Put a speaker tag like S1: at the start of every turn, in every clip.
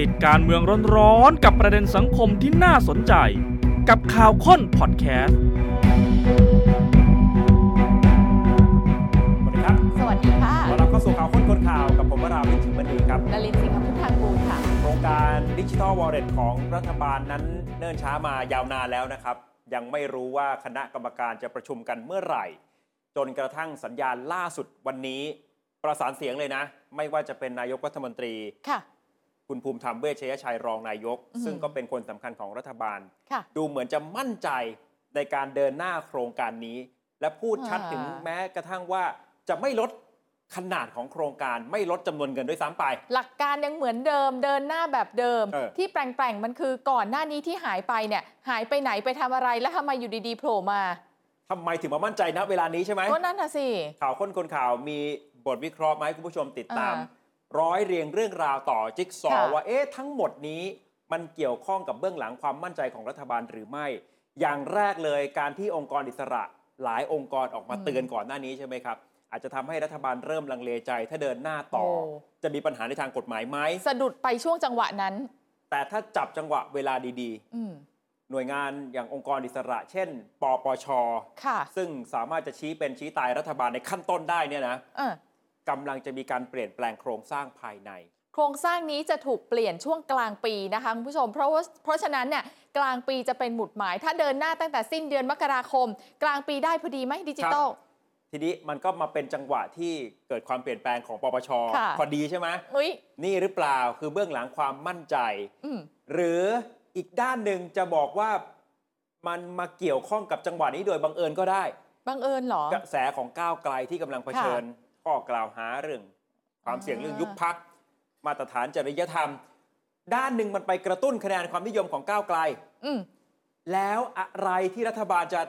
S1: ติดการเมืองร้อนๆกับประเด็นสังคมที่น่าสนใจ กับข่าวค้นพอดแคสต์
S2: สวัสดีครับ
S3: สวัสดีค่ะ
S2: ขอรับเข้าสู่ข่าวค้นคนข่าวกับผมวราวิชิตมณีครับ
S3: ลลินสิงห์พุทธังกูลค่ะ
S2: โครงการดิจิทัลวอลเล็ตของรัฐบาลนั้นเนิ่นช้ามายาวนานแล้วนะครับ ยังไม่รู้ว่าคณะกรรมการจะประชุมกันเมื่อไหร่ จนกระทั่งสัญญาณล่าสุดวันนี้ ประสานเสียงเลยนะ ไม่ว่าจะเป็นนายกรัฐมนตรี
S3: ค่ะ
S2: คุณภูมิธรรมเวชยชัยรองนายก
S3: อืม
S2: ซึ่งก็เป็นคนสำคัญของรัฐบาล
S3: ค่ะ
S2: ดูเหมือนจะมั่นใจในการเดินหน้าโครงการนี้ และพูดชัด
S3: อ่า
S2: ถึงแม้กระทั่งว่าจะไม่ลดขนาดของโครงการไม่ลดจำนวนเงินด้วยซ้ำไป
S3: หลักการยังเหมือนเดิมเดินหน้าแบบเดิม
S2: เออ
S3: ที่แปลงๆมันคือก่อนหน้านี้ที่หายไปเนี่ย หายไปไหนไปทำอะไรแล้วทำไมอยู่ดีๆโผล่มา
S2: ทำไมถึงมามั่นใจนะเวลานี้ใช่ไหม
S3: ก็นั่นน่ะสิ
S2: ข่าวค้นคนข่าวมีบทวิเคราะห์มาให้คุณผู้ชมติดตาม
S3: อ่า
S2: ร้อยเรียงเรื่องราวต่อจิ๊กซอว์
S3: ค่ะ
S2: ว่าเอ๊ะทั้งหมดนี้มันเกี่ยวข้องกับเบื้องหลังความมั่นใจของรัฐบาลหรือไม่ อย่างแรกเลยการที่องค์กรอิสระหลายองค์กรออกมาเตือนก่อนหน้านี้ใช่ไหมครับ อาจจะทำให้รัฐบาลเริ่มลังเลใจ ถ้าเดินหน้าต่อ
S3: โ
S2: จะมีปัญหาในทางกฎหมายไหม
S3: สะดุดไปช่วงจังหวะนั้น
S2: แต่ถ้าจับจังหวะเวลาดี
S3: อืม
S2: ๆ หน่วยงานอย่างองค์กรอิสระ เช่น ปปช
S3: ค่ะ
S2: ซึ่งสามารถจะชี้เป็นชี้ตายรัฐบาลในขั้นต้นได้เนี่ยนะ
S3: เออก
S2: ำลังจะมีการเปลี่ยนแปลงโครงสร้างภายใน
S3: โครงสร้างนี้จะถูกเปลี่ยนช่วงกลางปีนะคะคุณผู้ชม เพราะว่าเพราะฉะนั้นเนี่ยกลางปีจะเป็นหมุดหมาย ถ้าเดินหน้าตั้งแต่สิ้นเดือนมกราคม กลางปีได้พอดีไหมดิจิตอล
S2: ทีนี้มันก็มาเป็นจังหวะที่เกิดความเปลี่ยนแปลงของปปช
S3: ค่ะ
S2: พอดีใช่ไหม
S3: อุ้ย
S2: นี่หรือเปล่าคือเบื้องหลังความมั่นใจ
S3: อืม
S2: หรืออีกด้านหนึ่งจะบอกว่ามันมาเกี่ยวข้องกับจังหวะนี้โดยบังเอิญก็ได้
S3: บังเอิญเหรอ
S2: กระแสของก้าวไกลที่กำลังเผชิญข้อกล่าวหาเรื่องความเสี่ยงเรื่องยุบพักมาตรฐานจริยธรรม ด้านหนึ่งมันไปกระตุ้นคะแนนความนิยมของก้าวไกล
S3: อืม
S2: แล้วอะไรที่รัฐบาลจะ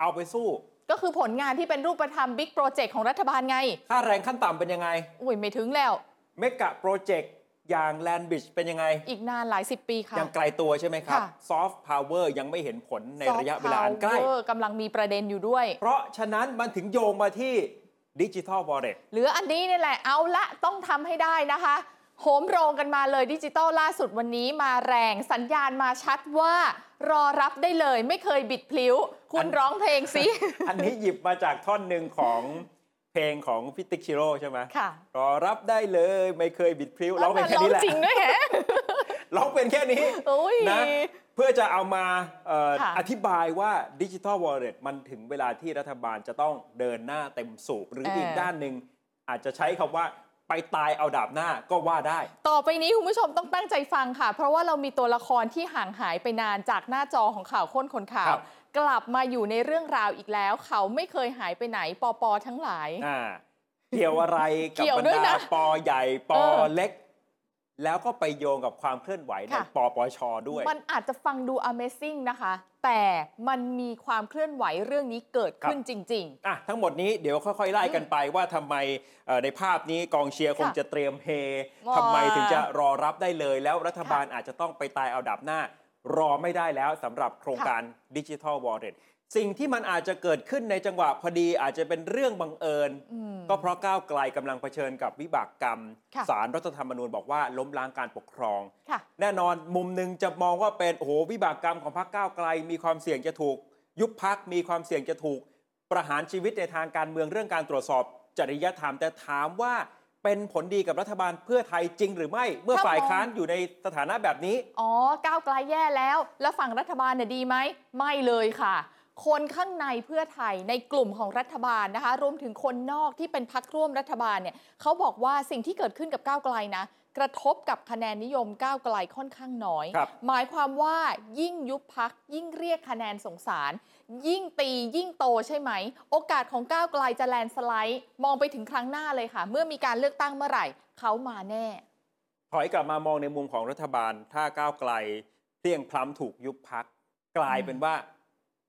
S2: เอาไปสู้
S3: ก็คือผลงานที่เป็นรูปธรรมบิ๊กโปรเจกต์ของรัฐบาลไง
S2: ค่าแรงขั้นต่ำเป็นยังไง
S3: อุ้ยไม่ถึงแล้ว
S2: เมกะโปรเจกต์อย่างแลนบิชเป็นยังไง
S3: อีกนานหลายสิบปีค่ะ
S2: ยังไกลตัวใช่ไหมครับ
S3: ค่ะ
S2: ซอฟต์พาวเวอร์ยังไม่เห็นผลในระยะเวลาอันใกล้
S3: Soft power กำลังมีประเด็นอยู่ด้วย
S2: เพราะฉะนั้นมันถึงโยงมาที่ดิจิทัลบอลเลต
S3: เหลืออันนี้นี่แหละ เอาละต้องทำให้ได้นะคะโหมโรงกันมาเลยดิจิตอลล่าสุดวันนี้มาแรงสัญญาณมาชัดว่า รอรับได้เลย ไม่เคยบิดพลิ้ว คุ
S2: อั
S3: ณ
S2: น
S3: ร้องเพลงสิ
S2: อันนี้หยิบมาจากท่อนหนึ่งของเพลงของพี่ติ๊กชิโร่ใช่ไหม
S3: ค่ะ
S2: รอรับได้เลยไม่เคยบิดพลิ้วร้องเป็นแค่
S3: ร้อ
S2: นี้แห
S3: ง
S2: ละ
S3: จริงด้วยแฮะ
S2: ร้องเป็นแค่นี้
S3: โอ้ย
S2: นะเพื่อจะเอามาเอ่อ
S3: ค่ะ
S2: อธิบายว่าดิจิ t a ลวอลเล็ตมันถึงเวลาที่รัฐบาลจะต้องเดินหน้าเต็มสูบ หรืออีกด้านหนึ่งอาจจะใช้คำว่าไปตายเอาดาบหน้าก็ว่าได้
S3: ต่อไปนี้คุณผู้ชมต้องตั้งใจฟังค่ะ เพราะว่าเรามีตัวละครที่ห่างหายไปนานจากหน้าจอของข่าวค้นคนข่า
S2: ครั
S3: ว
S2: บ
S3: กลับมาอยู่ในเรื่องราวอีกแล้ว เขาไม่เคยหายไปไหนปอปอทั้งหลาย
S2: อ่าเกี่ยวอะไรกับ
S3: เกี่ยว
S2: บรร
S3: ด้วย
S2: ดา
S3: นะ
S2: ปอใหญ่ปอ
S3: เออ
S2: เล็ก แล้วก็ไปโยงกับความเคลื่อนไหวใน
S3: ค่ะ
S2: ปปชด้วย
S3: มันอาจจะฟังดู Amazing นะคะ แต่มันมีความเคลื่อนไหวเรื่องนี้เกิดขึ้นจริง
S2: อ่ะทั้งหมดนี้เดี๋ยวค่อยๆ ไล่กันไปว่าทำไมเอ่อในภาพนี้กองเชียร์คงจะเตรียมเฮ
S3: ว้า
S2: ทำไมถึงจะรอรับได้เลย แล้วรัฐบาลอาจจะต้องไปตายเอาดับหน้า รอไม่ได้แล้วสำหรับโครงการดิจิทัลวอลเล็ตสิ่งที่มันอาจจะเกิดขึ้นในจังหวะพอดีอาจจะเป็นเรื่องบังเอิญ
S3: ๆอืม
S2: ก็เพราะก้าวไกลกำลังเผชิญกับวิบากกรรม
S3: ค่ะ
S2: สารรัฐธรรมนูญบอกว่าล้มล้างการปกครอง
S3: ค่ะ
S2: แน่นอนมุมหนึ่งจะมองว่าเป็นโอ้โหวิบากกรรมของพรรคก้าวไกล มีความเสี่ยงจะถูก ยุบพักมีความเสี่ยงจะถูก ประหารชีวิตในทางการเมืองเรื่องการตรวจสอบจริยธรรมแต่ถามว่าเป็นผลดีกับรัฐบาลเพื่อไทยจริงหรือไม่ เมื่อ
S3: ถ้ามอง
S2: ฝ่ายค้านอยู่ในสถานะแบบนี้
S3: อ๋อ ก้าวไกลแย่แล้ว แล้วฝั่งรัฐบาลเนี่ยดีไหม ไม่เลยค่ะ คนข้างในเพื่อไทยในกลุ่มของรัฐบาลนะคะ รวมถึงคนนอกที่เป็นพักร่วมรัฐบาลเนี่ยเขาบอกว่าสิ่งที่เกิดขึ้นกับก้าวไกลนะ กระทบกับคะแนนนิยมก้าวไกลค่อนข้างน้อย
S2: ครับ
S3: หมายความว่ายิ่งยุบพัก ยิ่งเรียกคะแนนสงสาร ยิ่งตียิ่งโตใช่ไหม โอกาสของก้าวไกลจะแลนด์สไลด์ มองไปถึงครั้งหน้าเลยค่ะ เมื่อมีการเลือกตั้งเมื่อไหร่เขามาแน่
S2: ถอยกลับมามองในมุมของรัฐบาล ถ้าก้าวไกลเพลียงพล้ำถูกยุบพักกลายเป็นว่า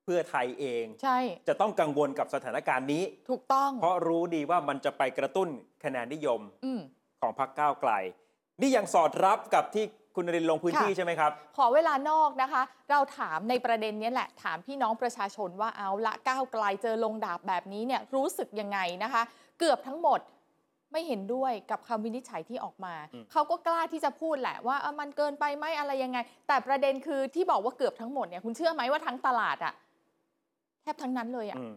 S2: เพื่อไทยเอง
S3: ใช่
S2: จะต้องกังวลกับสถานการณ์นี้
S3: ถูกต้อง
S2: เพราะรู้ดีว่ามันจะไปกระตุ้นคะแนนนิยม
S3: อืม
S2: ของพรรคก้าวไกล นี่ยังสอดรับกับที่คุณนรินทร์ลงพื้นที่
S3: ค่ะ
S2: ใช่ไหมครับ
S3: ขอเวลานอกนะคะ เราถามในประเด็นเนี้ยแหละ ถามพี่น้องประชาชนว่าเอาละก้าวไกลเจอลงดาบแบบนี้เนี่ยรู้สึกยังไงนะคะ เกือบทั้งหมด ไม่เห็นด้วยกับคำวินิจฉัยที่ออกมา
S2: อืม
S3: เขาก็กล้าที่จะพูดแหละว่าเอ้ามันเกินไปไหมอะไรยังไง แต่ประเด็นคือที่บอกว่าเกือบทั้งหมดเนี่ยคุณเชื่อไหมว่าทั้งตลาดอะแทบทั้งนั้นเลยอะ
S2: อืม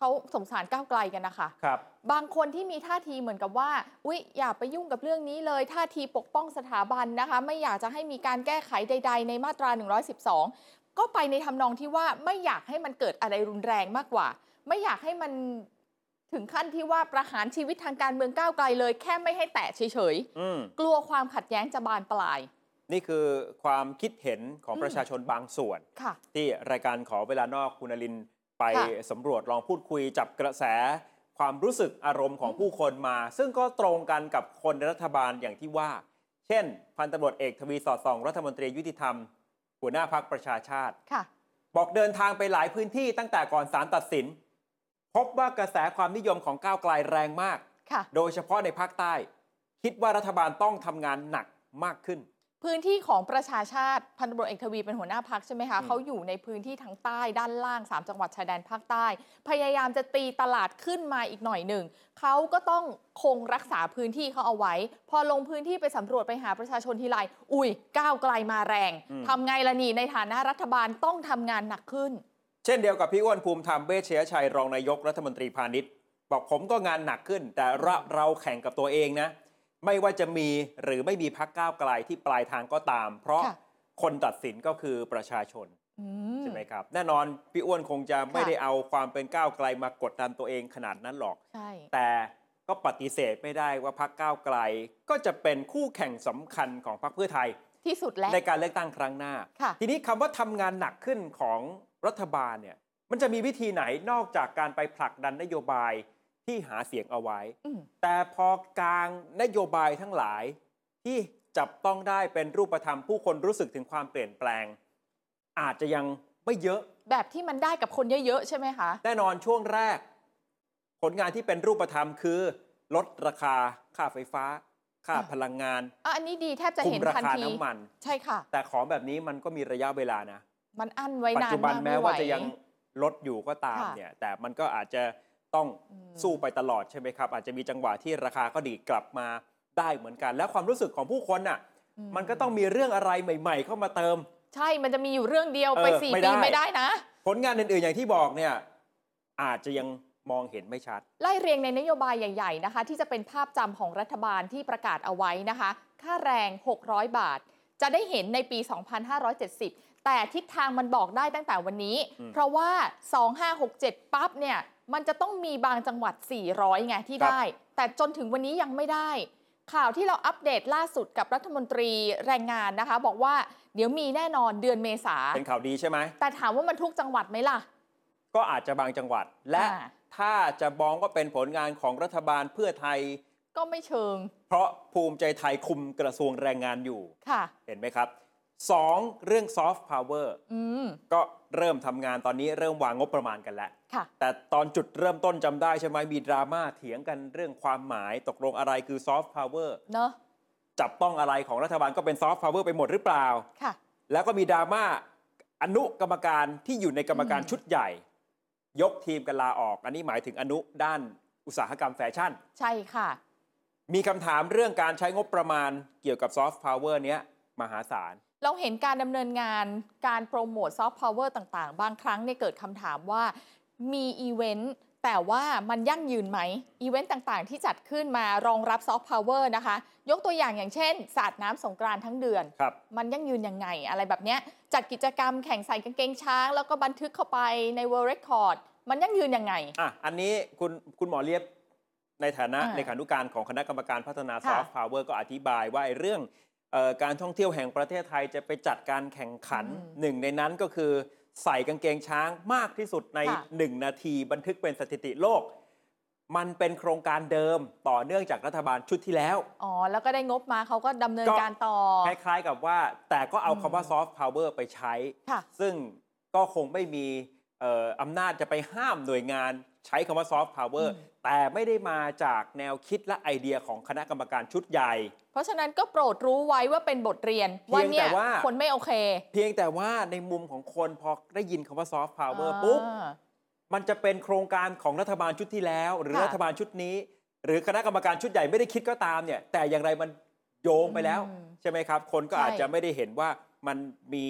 S3: เขาสงสารก้าวไกลกันนะคะ
S2: ครับ
S3: บางคนที่มีท่าทีเหมือนกับว่า อุ๊ย อย่าไปยุ่งกับเรื่องนี้เลย ท่าทีปกป้องสถาบันนะคะ ไม่อยากจะให้มีการแก้ไขใด ๆ ในมาตรา 112 ก็ไปในทำนองที่ว่าไม่อยากให้มันเกิดอะไรรุนแรงมากกว่า ไม่อยากให้มันถึงขั้นที่ว่าประหารชีวิตทางการเมืองก้าวไกลเลย แค่ไม่ให้แตะเฉย
S2: อืม
S3: ๆ กลัวความขัดแย้งจะบานปลาย
S2: นี่คือความคิดเห็นของ
S3: อืม
S2: ประชาชนบางส่วน
S3: ค่ะ
S2: ที่รายการขอเวลานอกคุณอลินไป
S3: ค่ะ
S2: สำรวจลองพูดคุยจับกระแส ความรู้สึกอารมณ์ของผู้คนมา ซึ่งก็ตรงกันกับคนในรัฐบาลอย่างที่ว่า เช่น พันตำรวจเอกทวีสอดส่อง รัฐมนตรียุติธรรม หัวหน้าพักประชาชาติ
S3: ค่ะ
S2: บอกเดินทางไปหลายพื้นที่ตั้งแต่ก่อนศาลตัดสิน พบว่ากระแสความนิยมของก้าวไกลแรงมาก
S3: ค่ะ
S2: โดยเฉพาะในภาคใต้ คิดว่ารัฐบาลต้องทำงานหนักมากขึ้น
S3: พื้นที่ของประชาชาติพันตำรวจเอกทวีเป็นหัวหน้าพักใช่ไหมคะ
S2: อืม
S3: เขาอยู่ในพื้นที่ทางใต้ด้านล่าง 3 จังหวัดชายแดนภาคใต้ พยายามจะตีตลาดขึ้นมาอีกหน่อยหนึ่งเขาก็ต้องคงรักษาพื้นที่เขาเอาไว้ พอลงพื้นที่ไปสำรวจไปหาประชาชนทีไรอุ้ยก้าวไกลมาแรงทำไงล่ะนี่ในฐานะรัฐบาลต้องทำงานหนักขึ้น
S2: เช่นเดียวกับพี่อ้วนภูมิธรรมเวชยชัยรองนายกรัฐมนตรีพาณิชย์ บอกผมก็งานหนักขึ้น แต่เราเราแข่งกับตัวเองนะ ไม่ว่าจะมีหรือไม่มีพักก้าวไกลที่ปลายทางก็ตาม เพราะ
S3: ค่ะ
S2: คนตัดสินก็คือประชาชน
S3: อืม
S2: ใช่ไหมครับ แน่นอนพี่อ้วนคงจะไม่
S3: ค่ะ
S2: ได้เอาความเป็นก้าวไกลมากดดันตัวเองขนาดนั้นหรอก
S3: ใช่
S2: แต่ก็ปฏิเสธไม่ได้ว่าพักก้าวไกล ก็จะเป็นคู่แข่งสำคัญของพรรคเพื่อไทย
S3: ที่สุดแล้ว
S2: ในการเลือกตั้งครั้งหน้า
S3: ค่ะ
S2: ทีนี้คำว่าทำงานหนักขึ้นของรัฐบาลเนี่ย มันจะมีวิธีไหนนอกจากการไปผลักดันนโยบายที่หาเสียงเอาไว้
S3: อืม
S2: แต่พอกลางนโยบายทั้งหลาย ที่จับต้องได้เป็นรูปธรรมผู้คนรู้สึกถึงความเปลี่ยนแปลง อาจจะยังไม่เยอะ
S3: แบบที่มันได้กับคนเยอะๆใช่ไหมคะ
S2: แน่นอนช่วงแรก ผลงานที่เป็นรูปธรรมคือ ลดราคา ค่าไฟฟ้า ค่า
S3: อ่ะ
S2: พลังงาน
S3: อ่ะอันนี้ดีแทบจะ
S2: คุ
S3: เห็
S2: ม
S3: น
S2: รา
S3: ทัน
S2: คา
S3: ที
S2: น้ำมัน
S3: ใช่ค่ะ
S2: แต่ของแบบนี้มันก็มีระยะเวลานะ
S3: มันอั้นไว้
S2: ปัจ
S3: นาน
S2: จุบัน
S3: มาก
S2: แม้
S3: ไม่ไหว
S2: ว่าจะยังลดอยู่ก็ตาม
S3: ค่ะ
S2: เนี่ยแต่มันก็อาจจะต้อง
S3: อืม
S2: สู้ไปตลอดใช่ไหมครับ อาจจะมีจังหวะที่ราคาก็ดีดกลับมาได้เหมือนกัน แล้วความรู้สึกของผู้คนน่ะ
S3: อื
S2: มันก็ต้องมีเรื่องอะไรใหม่ ๆ เข้ามาเติม
S3: ใช่ มันจะมีอยู่เรื่องเดียว
S2: เออ
S3: ไปสี่
S2: ไม่ได้
S3: ปีไม่ได้นะ
S2: ผลงานอื่นๆอย่างที่บอกเนี่ยอาจจะยังมองเห็นไม่ชัด
S3: ไล่เรียงในนโยบายใหญ่ ๆ นะคะ ที่จะเป็นภาพจำของรัฐบาลที่ประกาศเอาไว้นะคะ ค่าแรง 600 บาท จะได้เห็นในปี 2570 แต่ทิศทางมันบอกได้ตั้งแต่วันนี้
S2: อืม
S3: เพราะว่า 2567 ปั๊บเนี่ย มันจะต้องมีบางจังหวัด 400 ไงที่
S2: ครับ
S3: ได้ แต่จนถึงวันนี้ยังไม่ได้ ข่าวที่เราอัปเดตล่าสุดกับรัฐมนตรีแรงงานนะคะ บอกว่าเดี๋ยวมีแน่นอนเดือนเมษา
S2: เป็นข่าวดีใช่ไหม
S3: แต่ถามว่ามันทุกจังหวัดไหมล่ะ
S2: ก็อาจจะบางจังหวัด และ
S3: อ่า
S2: ถ้าจะมองว่าเป็นผลงานของรัฐบาลเพื่อไทย
S3: ก็ไม่เชิง
S2: เพราะภูมิใจไทยคุมกระทรวงแรงงานอยู่
S3: ค่ะ
S2: เห็นไหมครับสองเรื่องซอฟต์พาวเวอร์
S3: อืม
S2: ก็เริ่มทำงานตอนนี้เริ่มวางงบประมาณกันแล้ว
S3: ค่ะ
S2: แต่ตอนจุดเริ่มต้นจำได้ใช่ไหมมีดราม่าเถียงกันเรื่องความหมายตกลงอะไรคือซอฟต์พาวเวอร์
S3: เนาะ
S2: จับต้องอะไรของรัฐบาลก็เป็นซอฟต์พาวเวอร์ไปหมดหรือเปล่า
S3: ค่ะ
S2: แล้วก็มีดราม่าอนุกรรมการที่อยู่ในกรรมการ
S3: อืม
S2: ชุดใหญ่ ยกทีมกันลาออก อันนี้หมายถึงอนุด้านอุตสาหกรรมแฟชั่น
S3: ใช่ค่ะ
S2: มีคำถามเรื่องการใช้งบประมาณเกี่ยวกับซอฟต์พาวเวอร์เนี้ยมหาศาล
S3: เราเห็นการดำเนินงานการโปรโมทซอฟต์พาวเวอร์ต่างๆ บางครั้งเนี่ยเกิดคำถามว่ามีอีเวนต์แต่ว่ามันยั่งยืนไหม อีเวนต์ต่างๆ ที่จัดขึ้นมารองรับซอฟต์พาวเวอร์นะคะ ยกตัวอย่างอย่างเช่น สาดน้ำสงกรานต์ทั้งเดือน
S2: ครับ
S3: มันยั่งยืนยังไง อะไรแบบเนี้ยจัดกิจกรรมแข่งใส่กางเกงช้าง แล้วก็บันทึกเข้าไปใน World Record มันยั่งยืนยังไง
S2: อ่ะ อันนี้คุณคุณหมอเลียบในฐานะ
S3: อ่า
S2: เลขานุการของคณะกรรมการพัฒนาซ
S3: ค่ะ
S2: อฟต์พาวเวอร์ก็อธิบายว่าไอ้เรื่องเออการท่องเที่ยวแห่งประเทศไทยจะไปจัดการแข่งขัน หนึ่งในนั้นก็คือใส่กางเกงช้างมากที่สุดใน 1 นาทีบันทึกเป็นสถิติโลก มันเป็นโครงการเดิมต่อเนื่องจากรัฐบาลชุดที่แล้ว
S3: อ๋อแล้วก็ได้งบมาเขาก็ดำเนินการต่อ
S2: คล้ายๆกับว่าแต่ก็เอาคำว่า
S3: อืม
S2: ซอฟต์พาวเวอร์ไปใช้
S3: ค่ะ
S2: ซึ่งก็คงไม่มีเอ่ออำนาจจะไปห้ามหน่วยงานใช้คำว่าซอฟต์พาวเวอร์
S3: อืม
S2: แต่ไม่ได้มาจากแนวคิดและไอเดียของคณะกรรมการชุดใหญ่
S3: เพราะฉะนั้นก็โปรดรู้ไว้ว่าเป็นบทเรียน
S2: เพี
S3: ว่าย
S2: งแต่
S3: เนี่ย
S2: ว่า
S3: คนไม่โอเค
S2: เพียงแต่ว่าในมุมของคนพอได้ยินคำว่าซอฟต์พาวเวอร์ปุ๊บ
S3: อ่า
S2: มันจะเป็นโครงการของรัฐบาลชุดที่แล้ว หรือ
S3: ค่ะ
S2: รัฐบาลชุดนี้ หรือคณะกรรมการชุดใหญ่ไม่ได้คิดก็ตามเนี่ย แต่อย่างไรมันโยงไปแล้ว
S3: อืม
S2: ใช่ไหมครับ คนก็
S3: ใช่
S2: อาจจะไม่ได้เห็นว่ามันมี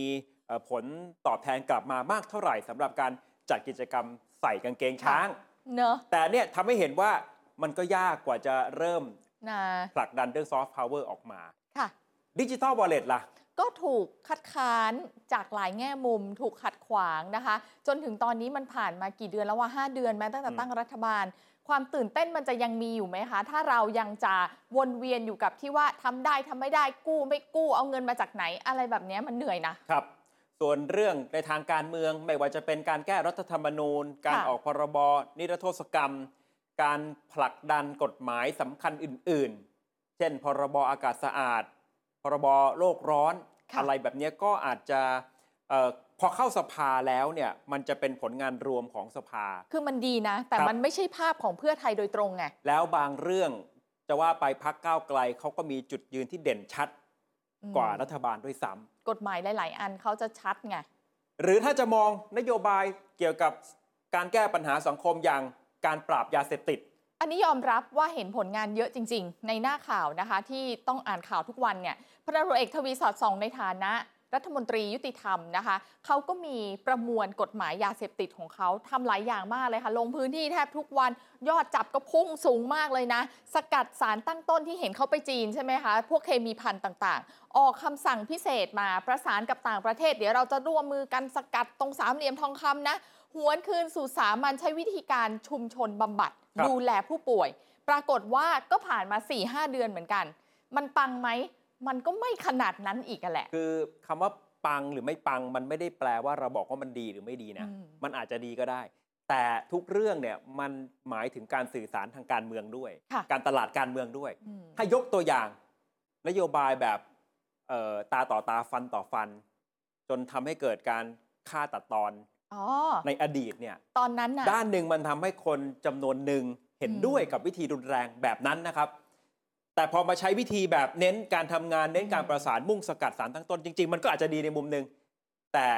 S2: เอ่อผลตอบแทนกลับมามากเท่าไหร่สำหรับการจัดกิจกรรมใส่กางเกงช้าง
S3: เนอะ
S2: แต่เนี่ยทำให้เห็นว่ามันก็ยากกว่าจะเริ่ม
S3: นะ
S2: ผลักดันเรื่องซอฟต์พาวเวอร์ออกมา
S3: ค่ะ
S2: ดิจิ t a ล w อลเล็ตล่ะ
S3: ก็ถูกคัดค้านจากหลายแง่มุม ถูกขัดขวางนะคะ จนถึงตอนนี้มันผ่านมากี่เดือนแล้วว่า 5 เดือนแม้ตั้งแต่
S2: อืม
S3: ตั้งรัฐบาล ความตื่นเต้นมันจะยังมีอยู่ไหมคะ ถ้าเรายังจะวนเวียนอยู่กับที่ว่าทำได้ทำไม่ได้กู้ไม่กู้เอาเงินมาจากไหนอะไรแบบเนี้ยมันเหนื่อยนะ
S2: ครับ ส่วนเรื่องในทางการเมืองไม่ว่าจะเป็นการแก้รัฐธรรมนูญ การออกพรบนิรโทษกรรม การผลักดันกฎหมายสำคัญอื่น ๆ เช่น พรบอากาศสะอาด พรบโลกร้อน
S3: ค่ะ
S2: อะไรแบบเนี้ยก็อาจจะเออพอเข้าสภาแล้วเนี่ยมันจะเป็นผลงานรวมของสภา
S3: คือมันดีนะ แต่
S2: ครับ
S3: มันไม่ใช่ภาพของเพื่อไทยโดยตรงไง
S2: แล้วบางเรื่องจะว่าไปพักก้าวไกลเขาก็มีจุดยืนที่เด่นชัด
S3: อืม
S2: กว่ารัฐบาลด้วยซ้ำ
S3: กฎหมายหลาย ๆ อันเขาจะชัดไง
S2: หรือถ้าจะมองนโยบายเกี่ยวกับการแก้ปัญหาสังคมอย่างการปราบยาเสพติด
S3: อันนี้ยอมรับว่าเห็นผลงานเยอะจริง ๆ ในหน้าข่าวนะคะ ที่ต้องอ่านข่าวทุกวันเนี่ยพลตำรวจเอกทวีสอดส่องในฐานะ รัฐมนตรียุติธรรมนะคะ เขาก็มีประมวลกฎหมายยาเสพติดของเขาทำหลายอย่างมากเลยค่ะ ลงพื้นที่แทบทุกวันยอดจับก็พุ่งสูงมากเลยนะ สกัดสารตั้งต้นที่เห็นเขาไปจีนใช่ไหมคะ พวกเคมีพันต่างๆ ออกคำสั่งพิเศษมาประสานกับต่างประเทศ เดี๋ยวเราจะร่วมมือกันสกัดตรงสามเหลี่ยมทองคำนะ หวนคืนสู่สามัญใช้วิธีการชุมชนบำบัด
S2: ครับ
S3: ดูแลผู้ป่วย ปรากฏว่าก็ผ่านมา 4-5 เดือนเหมือนกัน มันปังไหม มันก็ไม่ขนาดนั้นอีกอะแหละ
S2: คือคำว่าปังหรือไม่ปังมันไม่ได้แปลว่าเราบอกว่ามันดีหรือไม่ดีนะ
S3: อืม
S2: มันอาจจะดีก็ได้ แต่ทุกเรื่องเนี่ยมันหมายถึงการสื่อสารทางการเมืองด้วย
S3: ค่ะ
S2: การตลาดการเมืองด้วย
S3: อืม
S2: ถ้ายกตัวอย่างนโยบายแบบเอ่อตาต่อตาฟันต่อฟัน จนทำให้เกิดการฆ่าตัดตอน
S3: อ๋อ
S2: ในอดีตเนี่ย
S3: ตอนนั้นน่ะ
S2: ด้านหนึ่งมันทำให้คนจำนวนหนึ่งเห็น
S3: อืม
S2: ด้วยกับวิธีรุนแรงแบบนั้นนะครับ แต่พอมาใช้วิธีแบบเน้นการทำงานเน้นการประสานมุ่งสกัดสารตั้งต้นจริง ๆ มันก็อาจจะดีในมุมหนึ่งแต่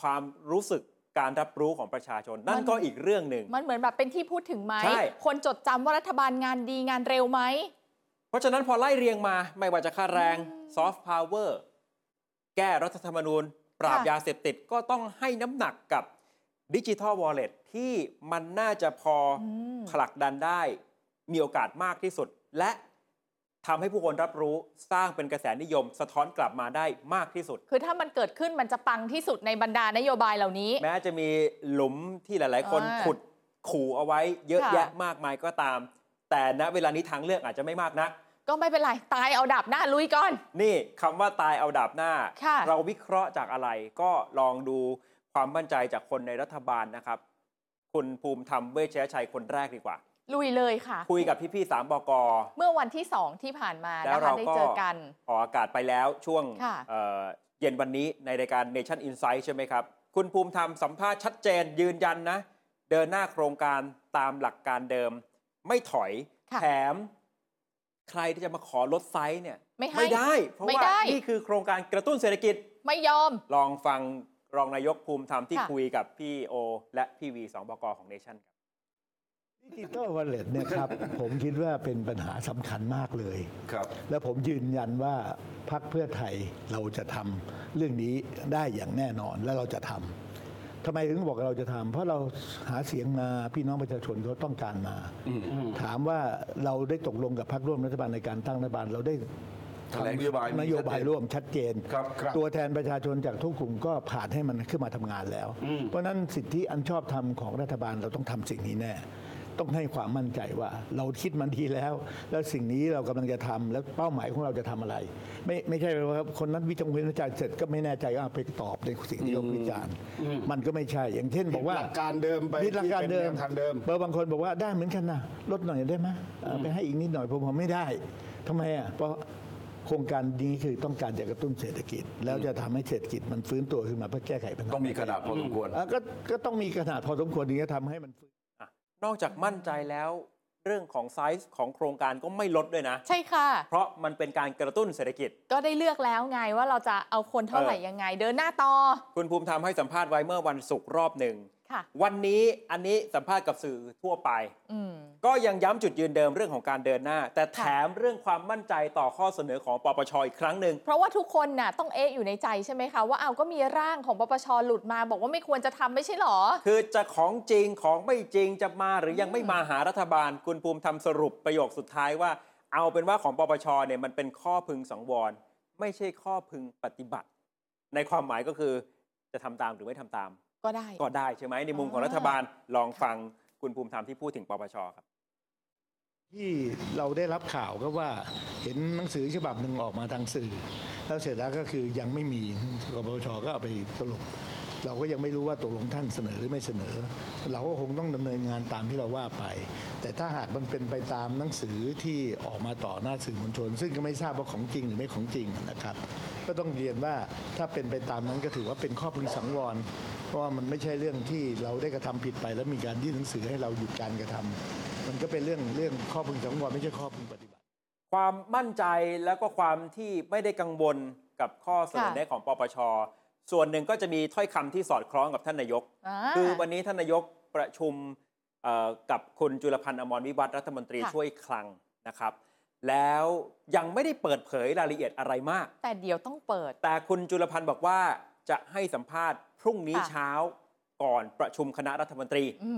S2: ความรู้สึกการรับรู้ของประชาชน นั่นก็อีกเรื่องหนึ่ง
S3: มันเหมือนแบบเป็นที่พูดถึงไหม
S2: ใช่
S3: คนจดจำว่ารัฐบาลงานดีงานเร็วไหม
S2: เพราะฉะนั้นพอไล่เรียงมาไม่ว่าจะค่าแรง
S3: อืม
S2: ซอฟต์พาวเวอร์แก้รัฐธรรมนูญ ปราบ
S3: ค่ะ
S2: ยาเสพติดก็ต้องให้น้ำหนักกับดิจิทัลวอลเล็ตที่มันน่าจะพออ
S3: อืม
S2: ผลักดันได้มีโอกาสมากที่สุด และทำให้ผู้คนรับรู้สร้างเป็นกระแสนิยม สะท้อนกลับมาได้มากที่สุด
S3: คือถ้ามันเกิดขึ้นมันจะปังที่สุดในบรรดานโยบายเหล่านี้
S2: แม้จะมีหลุมที่หลาย ๆ คน
S3: อ่า
S2: ขุดขู่เอาไว้เยอะ
S3: ค่ะ
S2: แยะมากมายก็ตาม แต่ณเวลานี้ทางเลือกอาจจะไม่มากนัก
S3: ก็ไม่เป็นไร ตายเอาดับหน้าลุยก่อน
S2: นี่คำว่าตายเอาดาบหน้า
S3: ค่ะ
S2: เราวิเคราะห์จากอะไรก็ลองดูความมั่นใจจากคนในรัฐบาลนะครับ คุณภูมิธรรมเวชยชัยคนแรกดีกว่า
S3: ลุยเลยค่ะ
S2: คุยกับพี่ ๆ สามบก
S3: เมื่อวันที่สองที่ผ่านมา
S2: แล้ว
S3: นะคะ
S2: เรา
S3: ได้
S2: ก็
S3: เจอกัน
S2: ออกอากาศไปแล้วช่วง
S3: ค่ะ
S2: เอ่อเย็นวันนี้ในรายการ Nation Insight ใช่ไหมครับ คุณภูมิธรรมสัมภาษณ์ชัดเจนยืนยันนะ เดินหน้าโครงการตามหลักการเดิม ไม่ถอย
S3: ค่ะ
S2: แถม ใครที่จะมาขอลดไซส์เนี่ย
S3: ไม่ให้
S2: ได้ เพราะ
S3: ไม่
S2: ว่า
S3: ได้
S2: นี่คือโครงการกระตุ้นเศรษฐกิจ
S3: ไม่ยอม
S2: ลองฟังรองนายกภูมิธรรมที่
S3: ค่ะ
S2: คุยกับพี่โอ และพี่วีสองบกของ Nation ครับ
S4: ดิจิตอลวอลเล็ตเนี่ย ครับ ผมคิดว่าเป็นปัญหาสำคัญมากเลย
S5: ครับ
S4: และผมยืนยันว่าพักเพื่อไทยเราจะทำเรื่องนี้ได้อย่างแน่นอนและเราจะทำทำไมถึงบอกเราจะทำเพราะเราหาเสียงมาพี่น้องประชาชนเขาต้องการมา ถามว่าเราได้ตกลงกับพรรคร่วมรัฐบาลในการตั้งรัฐบาลเราได้
S5: แถลงนโยบายมี
S4: นโยบาย
S5: ชัดเจน
S4: ร่วมชัดเจน
S5: ครับครับ
S4: ตัวแทนประชาชนจากทุกกลุ่มก็ผ่านให้มันขึ้นมาทำงานแล้ว เพราะฉะนั้นสิทธิอันชอบธรรมของรัฐบาลเราต้องทำสิ่งนี้แน่ ต้องให้ความมั่นใจว่าเราคิดมันดีแล้ว แล้วสิ่งนี้เรากำลังจะทำแล้วเป้าหมายของเราจะทำอะไร ไม่ไม่ใช่ว่าคนนั้นวิจารณ์วิจารณ์เสร็จก็ไม่แน่ใจก็เอาไปตอบในสิ่งที่เขาวิจารณ์มันก็ไม่ใช่อย่างเช่น บอกว่า
S5: หลักการเดิมไป
S4: ยึดหลักการเดิม
S5: ที่เป็นแนวทางเดิม
S4: บอร์บางคนบอกว่าได้เหมือนกันนะลดหน่อยได้ไหมเอ่อไปให้อีกนิดหน่อยผมบอกไม่ได้ทำไมอ่ะเพราะโครงการนี้คือต้องการจะกระตุ้นเศรษฐกิจ แล้วจะทำให้เศรษฐกิจมันฟื้นตัวขึ้นมาเพื่อแก้ไขปัญหา
S5: ต้องมีขนาดพอสมควร
S4: เอ่อก็ก็ต้องมีขนาดพอสมควรถึงจะทำให้มันฟื้น
S2: นอกจากมั่นใจแล้วเรื่องของไซส์ของโครงการก็ไม่ลดด้วยนะ
S3: ใช่ค่ะ
S2: เพราะมันเป็นการกระตุ้นเศรษฐกิจ
S3: ก็ได้เลือกแล้วไงว่าเราจะเอาคนเท่าไหร่ยังไง เดินหน้าต่อ
S2: คุณภูมิธรรมให้สัมภาษณ์ไว้เมื่อวันศุกร์รอบหนึ่ง
S3: ค่ะ
S2: วันนี้อันนี้สัมภาษณ์กับสื่อทั่วไป
S3: อืม
S2: ก็ยังย้ำจุดยืนเดิมเรื่องของการเดินหน้า แต่แถมเรื่องความมั่นใจต่อข้อเสนอของปปชอีกครั้งหนึ่ง
S3: เพราะว่าทุกคนน่ะต้องเอะอยู่ในใจใช่ไหมคะว่าเอาก็มีร่างของปปชหลุดมาบอกว่าไม่ควรจะทำไม่ใช่หรอ
S2: คือจะของจริงของไม่จริงจะมาหรือยังไม่มาหารัฐบาล คุณภูมิทำสรุปประโยคสุดท้ายว่า เอาเป็นว่าของปปชเนี่ยมันเป็นข้อพึงสังวร ไม่ใช่ข้อพึงปฏิบัติ ในความหมายก็คือจะทำตามหรือไม่ทำตาม
S3: ก็ได้
S2: ก็ได้ใช่ไหมในมุมของรัฐบาลลองฟังคุณภูมิธรรมที่พูดถึงปปชครับ
S4: ที่เราได้รับข่าวก็ว่าเห็นหนังสือฉบับหนึ่งออกมาทางสื่อ แล้วเสร็จแล้วก็คือยังไม่มีกปปชก็เอาไปสรุป เราก็ยังไม่รู้ว่าตกลงท่านเสนอหรือไม่เสนอ เราก็คงต้องดำเนินงานตามที่เราว่าไป แต่ถ้าหากมันเป็นไปตามหนังสือที่ออกมาต่อหน้าสื่อมวลชน ซึ่งก็ไม่ทราบว่าของจริงหรือไม่ของจริงนะครับ ก็ต้องเรียนว่าถ้าเป็นไปตามนั้นก็ถือว่าเป็นข้อพึงสังวร เพราะว่ามันไม่ใช่เรื่องที่เราได้กระทำผิดไป แล้วมีการยื่นหนังสือให้เราหยุดการกระทำมันก็เป็นเรื่องเรื่องข้อพึงสังวรไม่ใช่ข้อพึงปฏิบัติ
S2: ความมั่นใจแล้วก็ความที่ไม่ได้กังวลกับข้อเสนอ
S3: ค่ะ
S2: แนะของปปช ส่วนหนึ่งก็จะมีถ้อยคำที่สอดคล้องกับท่านนายก
S3: อ่า
S2: คือวันนี้ท่านนายกประชุมเอ่อกับคุณจุลพันธ์อมรวิวัฒน์รัฐมนตรี
S3: ค่ะ
S2: ช่วยคลังนะครับ แล้วยังไม่ได้เปิดเผยรายละเอียดอะไรมาก
S3: แต่เดี๋ยวต้องเปิด
S2: แต่คุณจุลพันธ์บอกว่าจะให้สัมภาษณ์พรุ่งนี้
S3: ค่ะ
S2: เช้าก่อนประชุมคณะรัฐมนตรี
S3: อื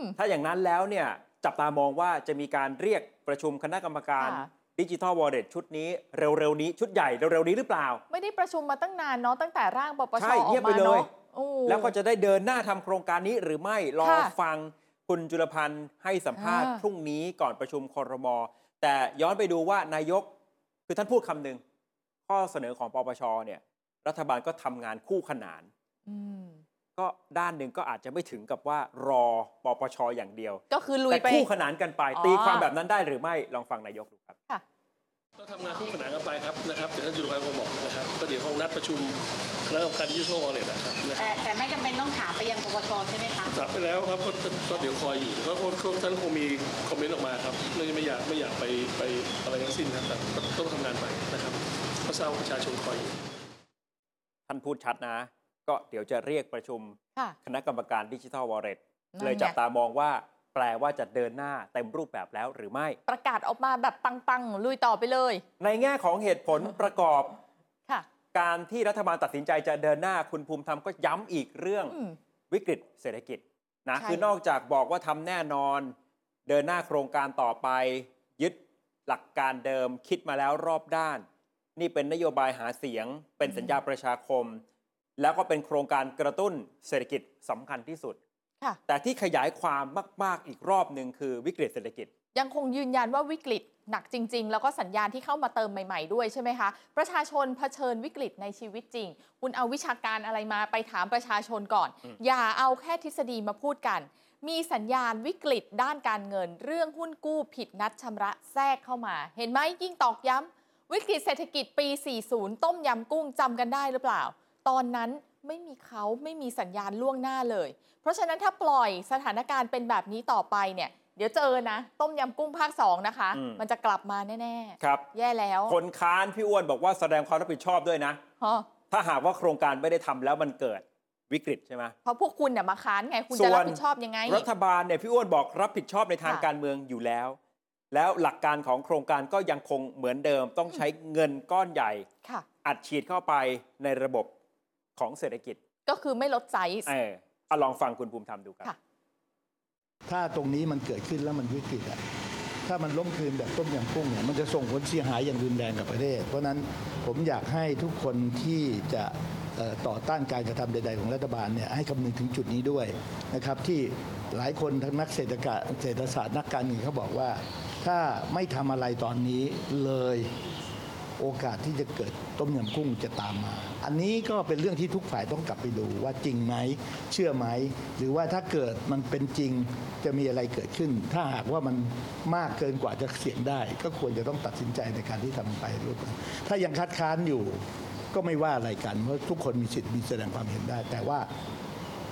S3: ม
S2: ถ้าอย่างนั้นแล้วเนี่ยจับตามองว่าจะมีการเรียกประชุมคณะกรรมการ
S3: ค่ะ
S2: ดิจิทัลวอลเล็ตชุดนี้เร็วๆนี้ชุดใหญ่เร็วๆนี้หรือเปล่า
S3: ไม่ได้ประชุมมาตั้งนานเนาะตั้งแต่ร่างปปช
S2: ใช่
S3: ออก
S2: เงียบไป
S3: มา
S2: เลย
S3: เนาะโอ้
S2: แล้วก็จะได้เดินหน้าทำโครงการนี้หรือไม่รอ
S3: ค่ะ
S2: ฟังคุณจุลพันธ์ให้สัมภาษณ์
S3: อ่า
S2: พรุ่งนี้ก่อนประชุมคอรมอแต่ย้อนไปดูว่านายกคือท่านพูดคำหนึ่งข้อเสนอของปปชเนี่ยรัฐบาลก็ทำงานคู่ขนาน
S3: อืม
S2: ก็ด้านหนึ่งก็อาจจะไม่ถึงกับว่ารอปปชอย่างเดียว
S3: ก็คือลุย
S2: แต่
S3: ไป
S2: คู่ขนานกันไป
S3: อ๋อ
S2: ตีความแบบนั้นได้หรือไม่ลองฟังนายกดูครับ
S6: ก็ทำงานคู่ขนานกันไปครับนะครับเดี๋ยวท่านจุลพันธ์ก็บอกนะครับก็เดี๋ยวคงนัดประชุมคณะกรรมการดิจิทัลวอลเล็ตนะครับนะค
S7: แต่
S6: รับ
S7: แต่ไม่จำเป็นต้องถามไปยังปปชใช่ไหมคะ
S6: ถามไปแล้วครับก็ก็เดี๋ยวคอยอยู่ก็คงก็ท่านคงมีคอมเมนต์ออกมาครับไม่ไม่อยากไม่อยากไปไปอะไรทั้งสิ้นครับแต่ก็ต้องทำงานไปนะครับก็ทราบว่าประชาชนคอยอยู่
S2: ท่านพูดชัดนะ ก็เดี๋ยวจะเรียกประชุม
S3: ค่ะ
S2: คณะกรรมการดิจิทัลวอลเล็ต
S3: นั่นไง
S2: เลยจับตามองว่าแปลว่าจะเดินหน้าเต็มรูปแบบแล้วหรือไม่
S3: ประกาศออกมาแบบปังๆ ลุยต่อไปเลย
S2: ในแง่ของเหตุผลประกอบ
S3: ค่ะ
S2: การที่รัฐบาลตัดสินใจจะเดินหน้าคุณภูมิธรรมก็ย้ำอีกเรื่อง
S3: อืม
S2: วิกฤตเศรษฐกิจนะ
S3: ใช่
S2: คือนอกจากบอกว่าทำแน่นอน เดินหน้าโครงการต่อไป ยึดหลักการเดิมคิดมาแล้วรอบด้าน นี่เป็นนโยบายหาเสียง เป็นสัญญาประชาคม แล้วก็เป็นโครงการกระตุ้นเศรษฐกิจสำคัญที่สุด
S3: ค่ะ
S2: แต่ที่ขยายความมาก ๆ อีกรอบหนึ่งคือวิกฤตเศรษฐกิจ
S3: ยังคงยืนยันว่าวิกฤตหนักจริง ๆ แล้วก็สัญญาณที่เข้ามาเติมใหม่ ๆ ด้วยใช่ไหมคะ ประชาชนเผชิญวิกฤตในชีวิตจริง คุณเอาวิชาการอะไรมาไปถามประชาชนก่อน อย่าเอาแค่ทฤษฎีมาพูดกัน มีสัญญาณวิกฤตด้านการเงิน เรื่องหุ้นกู้ผิดนัดชำระแทรกเข้ามา เห็นไหมยิ่งตอกย้ำวิกฤตเศรษฐกิจปี 40 ต้มยำกุ้งจำกันได้หรือเปล่า ตอนนั้นไม่มีเขาไม่มีสัญญาณล่วงหน้าเลย เพราะฉะนั้นถ้าปล่อยสถานการณ์เป็นแบบนี้ต่อไปเนี่ย เดี๋ยวเจอนะ ต้มยำกุ้งภาคสองนะคะ
S2: อืม
S3: มันจะกลับมาแน่
S2: ครับ
S3: ๆ แย่แล้ว
S2: คนค้านพี่อ้วนบอกว่าแสดงความรับผิดชอบด้วยนะ
S3: ฮะ
S2: ถ้าหากว่าโครงการไม่ได้ทำแล้วมันเกิดวิกฤตใช่ไหม
S3: เพราะพวกคุณเนี่ยมาค้านไง คุณจะรับผิดชอบยังไง
S2: รัฐบาลเนี่ยพี่อ้วนบอกรับผิดชอบในทาง
S3: ค่ะ
S2: การเมืองอยู่แล้ว แล้วหลักการของโครงการก็ยังคงเหมือนเดิม ต้องใช้เงินก้อนใหญ่
S3: ค่ะ
S2: อัดฉีดเข้าไปในระบบของเศรษฐกิจ
S3: ก็คือไม่ลดไซส์
S2: เออเอาลองฟังคุณภูมิธรรมดูครับ
S3: ค่ะ
S4: ถ้าตรงนี้มันเกิดขึ้นแล้วมันวิกฤตอะถ้ามันล้มคืนแบบต้มยำกุ้งเนี่ยมันจะส่งผลเสียหายอย่างรุนแรงกับประเทศ เพราะฉะนั้นผมอยากให้ทุกคนที่จะเอ่อต่อต้านการกระทำใด ๆ ของรัฐบาลเนี่ยให้คำนึงถึงจุดนี้ด้วยนะครับที่หลายคนทั้งนักเศรษฐกะเศรษฐศาสตร์นักการเงินเขาบอกว่า ถ้าไม่ทำอะไรตอนนี้เลย โอกาสที่จะเกิดต้มยำกุ้งจะตามมา อันนี้ก็เป็นเรื่องที่ทุกฝ่ายต้องกลับไปดูว่าจริงไหม เชื่อไหม หรือว่าถ้าเกิดมันเป็นจริงจะมีอะไรเกิดขึ้น ถ้าหากว่ามันมากเกินกว่าจะเสี่ยงได้ ก็ควรจะต้องตัดสินใจในการที่ทำไปร่วมกันถ้ายังคัดค้านอยู่ก็ไม่ว่าอะไรกัน เพราะทุกคนมีสิทธิ์มีแสดงความเห็นได้ แต่ว่า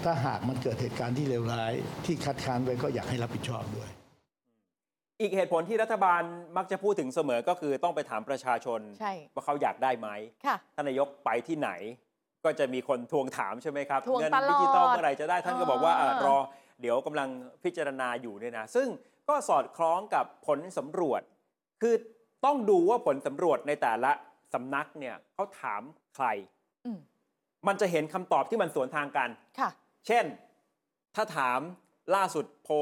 S4: ถ้าหากมันเกิดเหตุการณ์ที่เลวร้าย ที่คัดค้านไว้ก็อยากให้รับผิดชอบด้วย
S2: อีกเหตุผลที่รัฐบาลมักจะพูดถึงเสมอก็คือต้องไปถามประชาชน
S3: ใช่
S2: ว่าเขาอยากได้ไหม
S3: ค่ะ
S2: ท่านนายกไปที่ไหน ก็จะมีคนทวงถามใช่ไหมครับ
S3: ทวง
S2: เงิ
S3: ตลอด
S2: ดิจิตอลเมื่อไหร่จะได้ท่านก็บอกว่า
S3: อ่า
S2: เอ่อรอเดี๋ยวกำลังพิจารณาอยู่เนี่ยนะซึ่งก็สอดคล้องกับผลสำรวจ คือต้องดูว่าผลสำรวจในแต่ละสำนักเนี่ยเขาถามใคร
S3: อืม
S2: มันจะเห็นคำตอบที่มันสวนทางกัน
S3: ค่ะ
S2: เช่น ถ้าถามล่าสุดโพล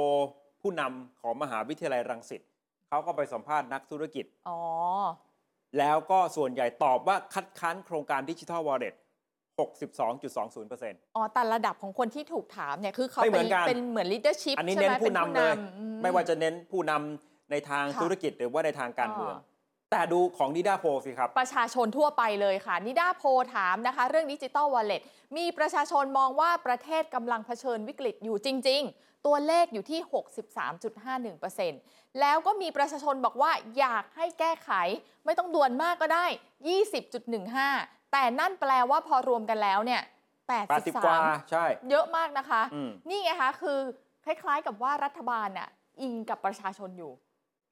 S2: ผู้นำของมหาวิทยาลัยรังสิตเขาก็ไปสัมภาษณ์นักธุรกิจ
S3: อ๋อ
S2: แล้วก็ส่วนใหญ่ตอบว่าคัดค้านโครงการดิจิทัลวอลเล็ต62.20%
S3: อ๋อ แต่ระดับของคนที่ถูกถามเนี่ย คือเขา
S2: ไม่เหมือนกัน
S3: เป็นเหมือน leadership
S2: อันนี้
S3: ใช่
S2: เน้น
S3: ไหม
S2: ผู้นำเลย
S3: ป็อื
S2: ไม่ว่าจะเน้นผู้นำในทาง
S3: ค่ะ
S2: ธุรกิจหรือว่าในทางการเมือง
S3: อ่า
S2: แต่ดูของนิดาโพลสิครับ
S3: ประชาชนทั่วไปเลยค่ะ นิดาโพลถามนะคะ เรื่องดิจิ t a ลวอลเล็ตมีประชาชนมองว่าประเทศกำลังเผชิญวิกฤตอยู่จริง ๆ ตัวเลขอยู่ที่ 63.51%แล้วก็มีประชาชนบอกว่าอยากให้แก้ไข ไม่ต้องด่วนมากก็ได้ 20.15 แต่นั่นแปลว่าพอรวมกันแล้วเนี่ย
S2: 80 กว่า
S3: 83
S2: ใช่
S3: เยอะมากนะคะ
S2: อืม
S3: นี่ไงคะ คือคล้ายๆกับว่ารัฐบาลน่ะอิงกับประชาชนอยู่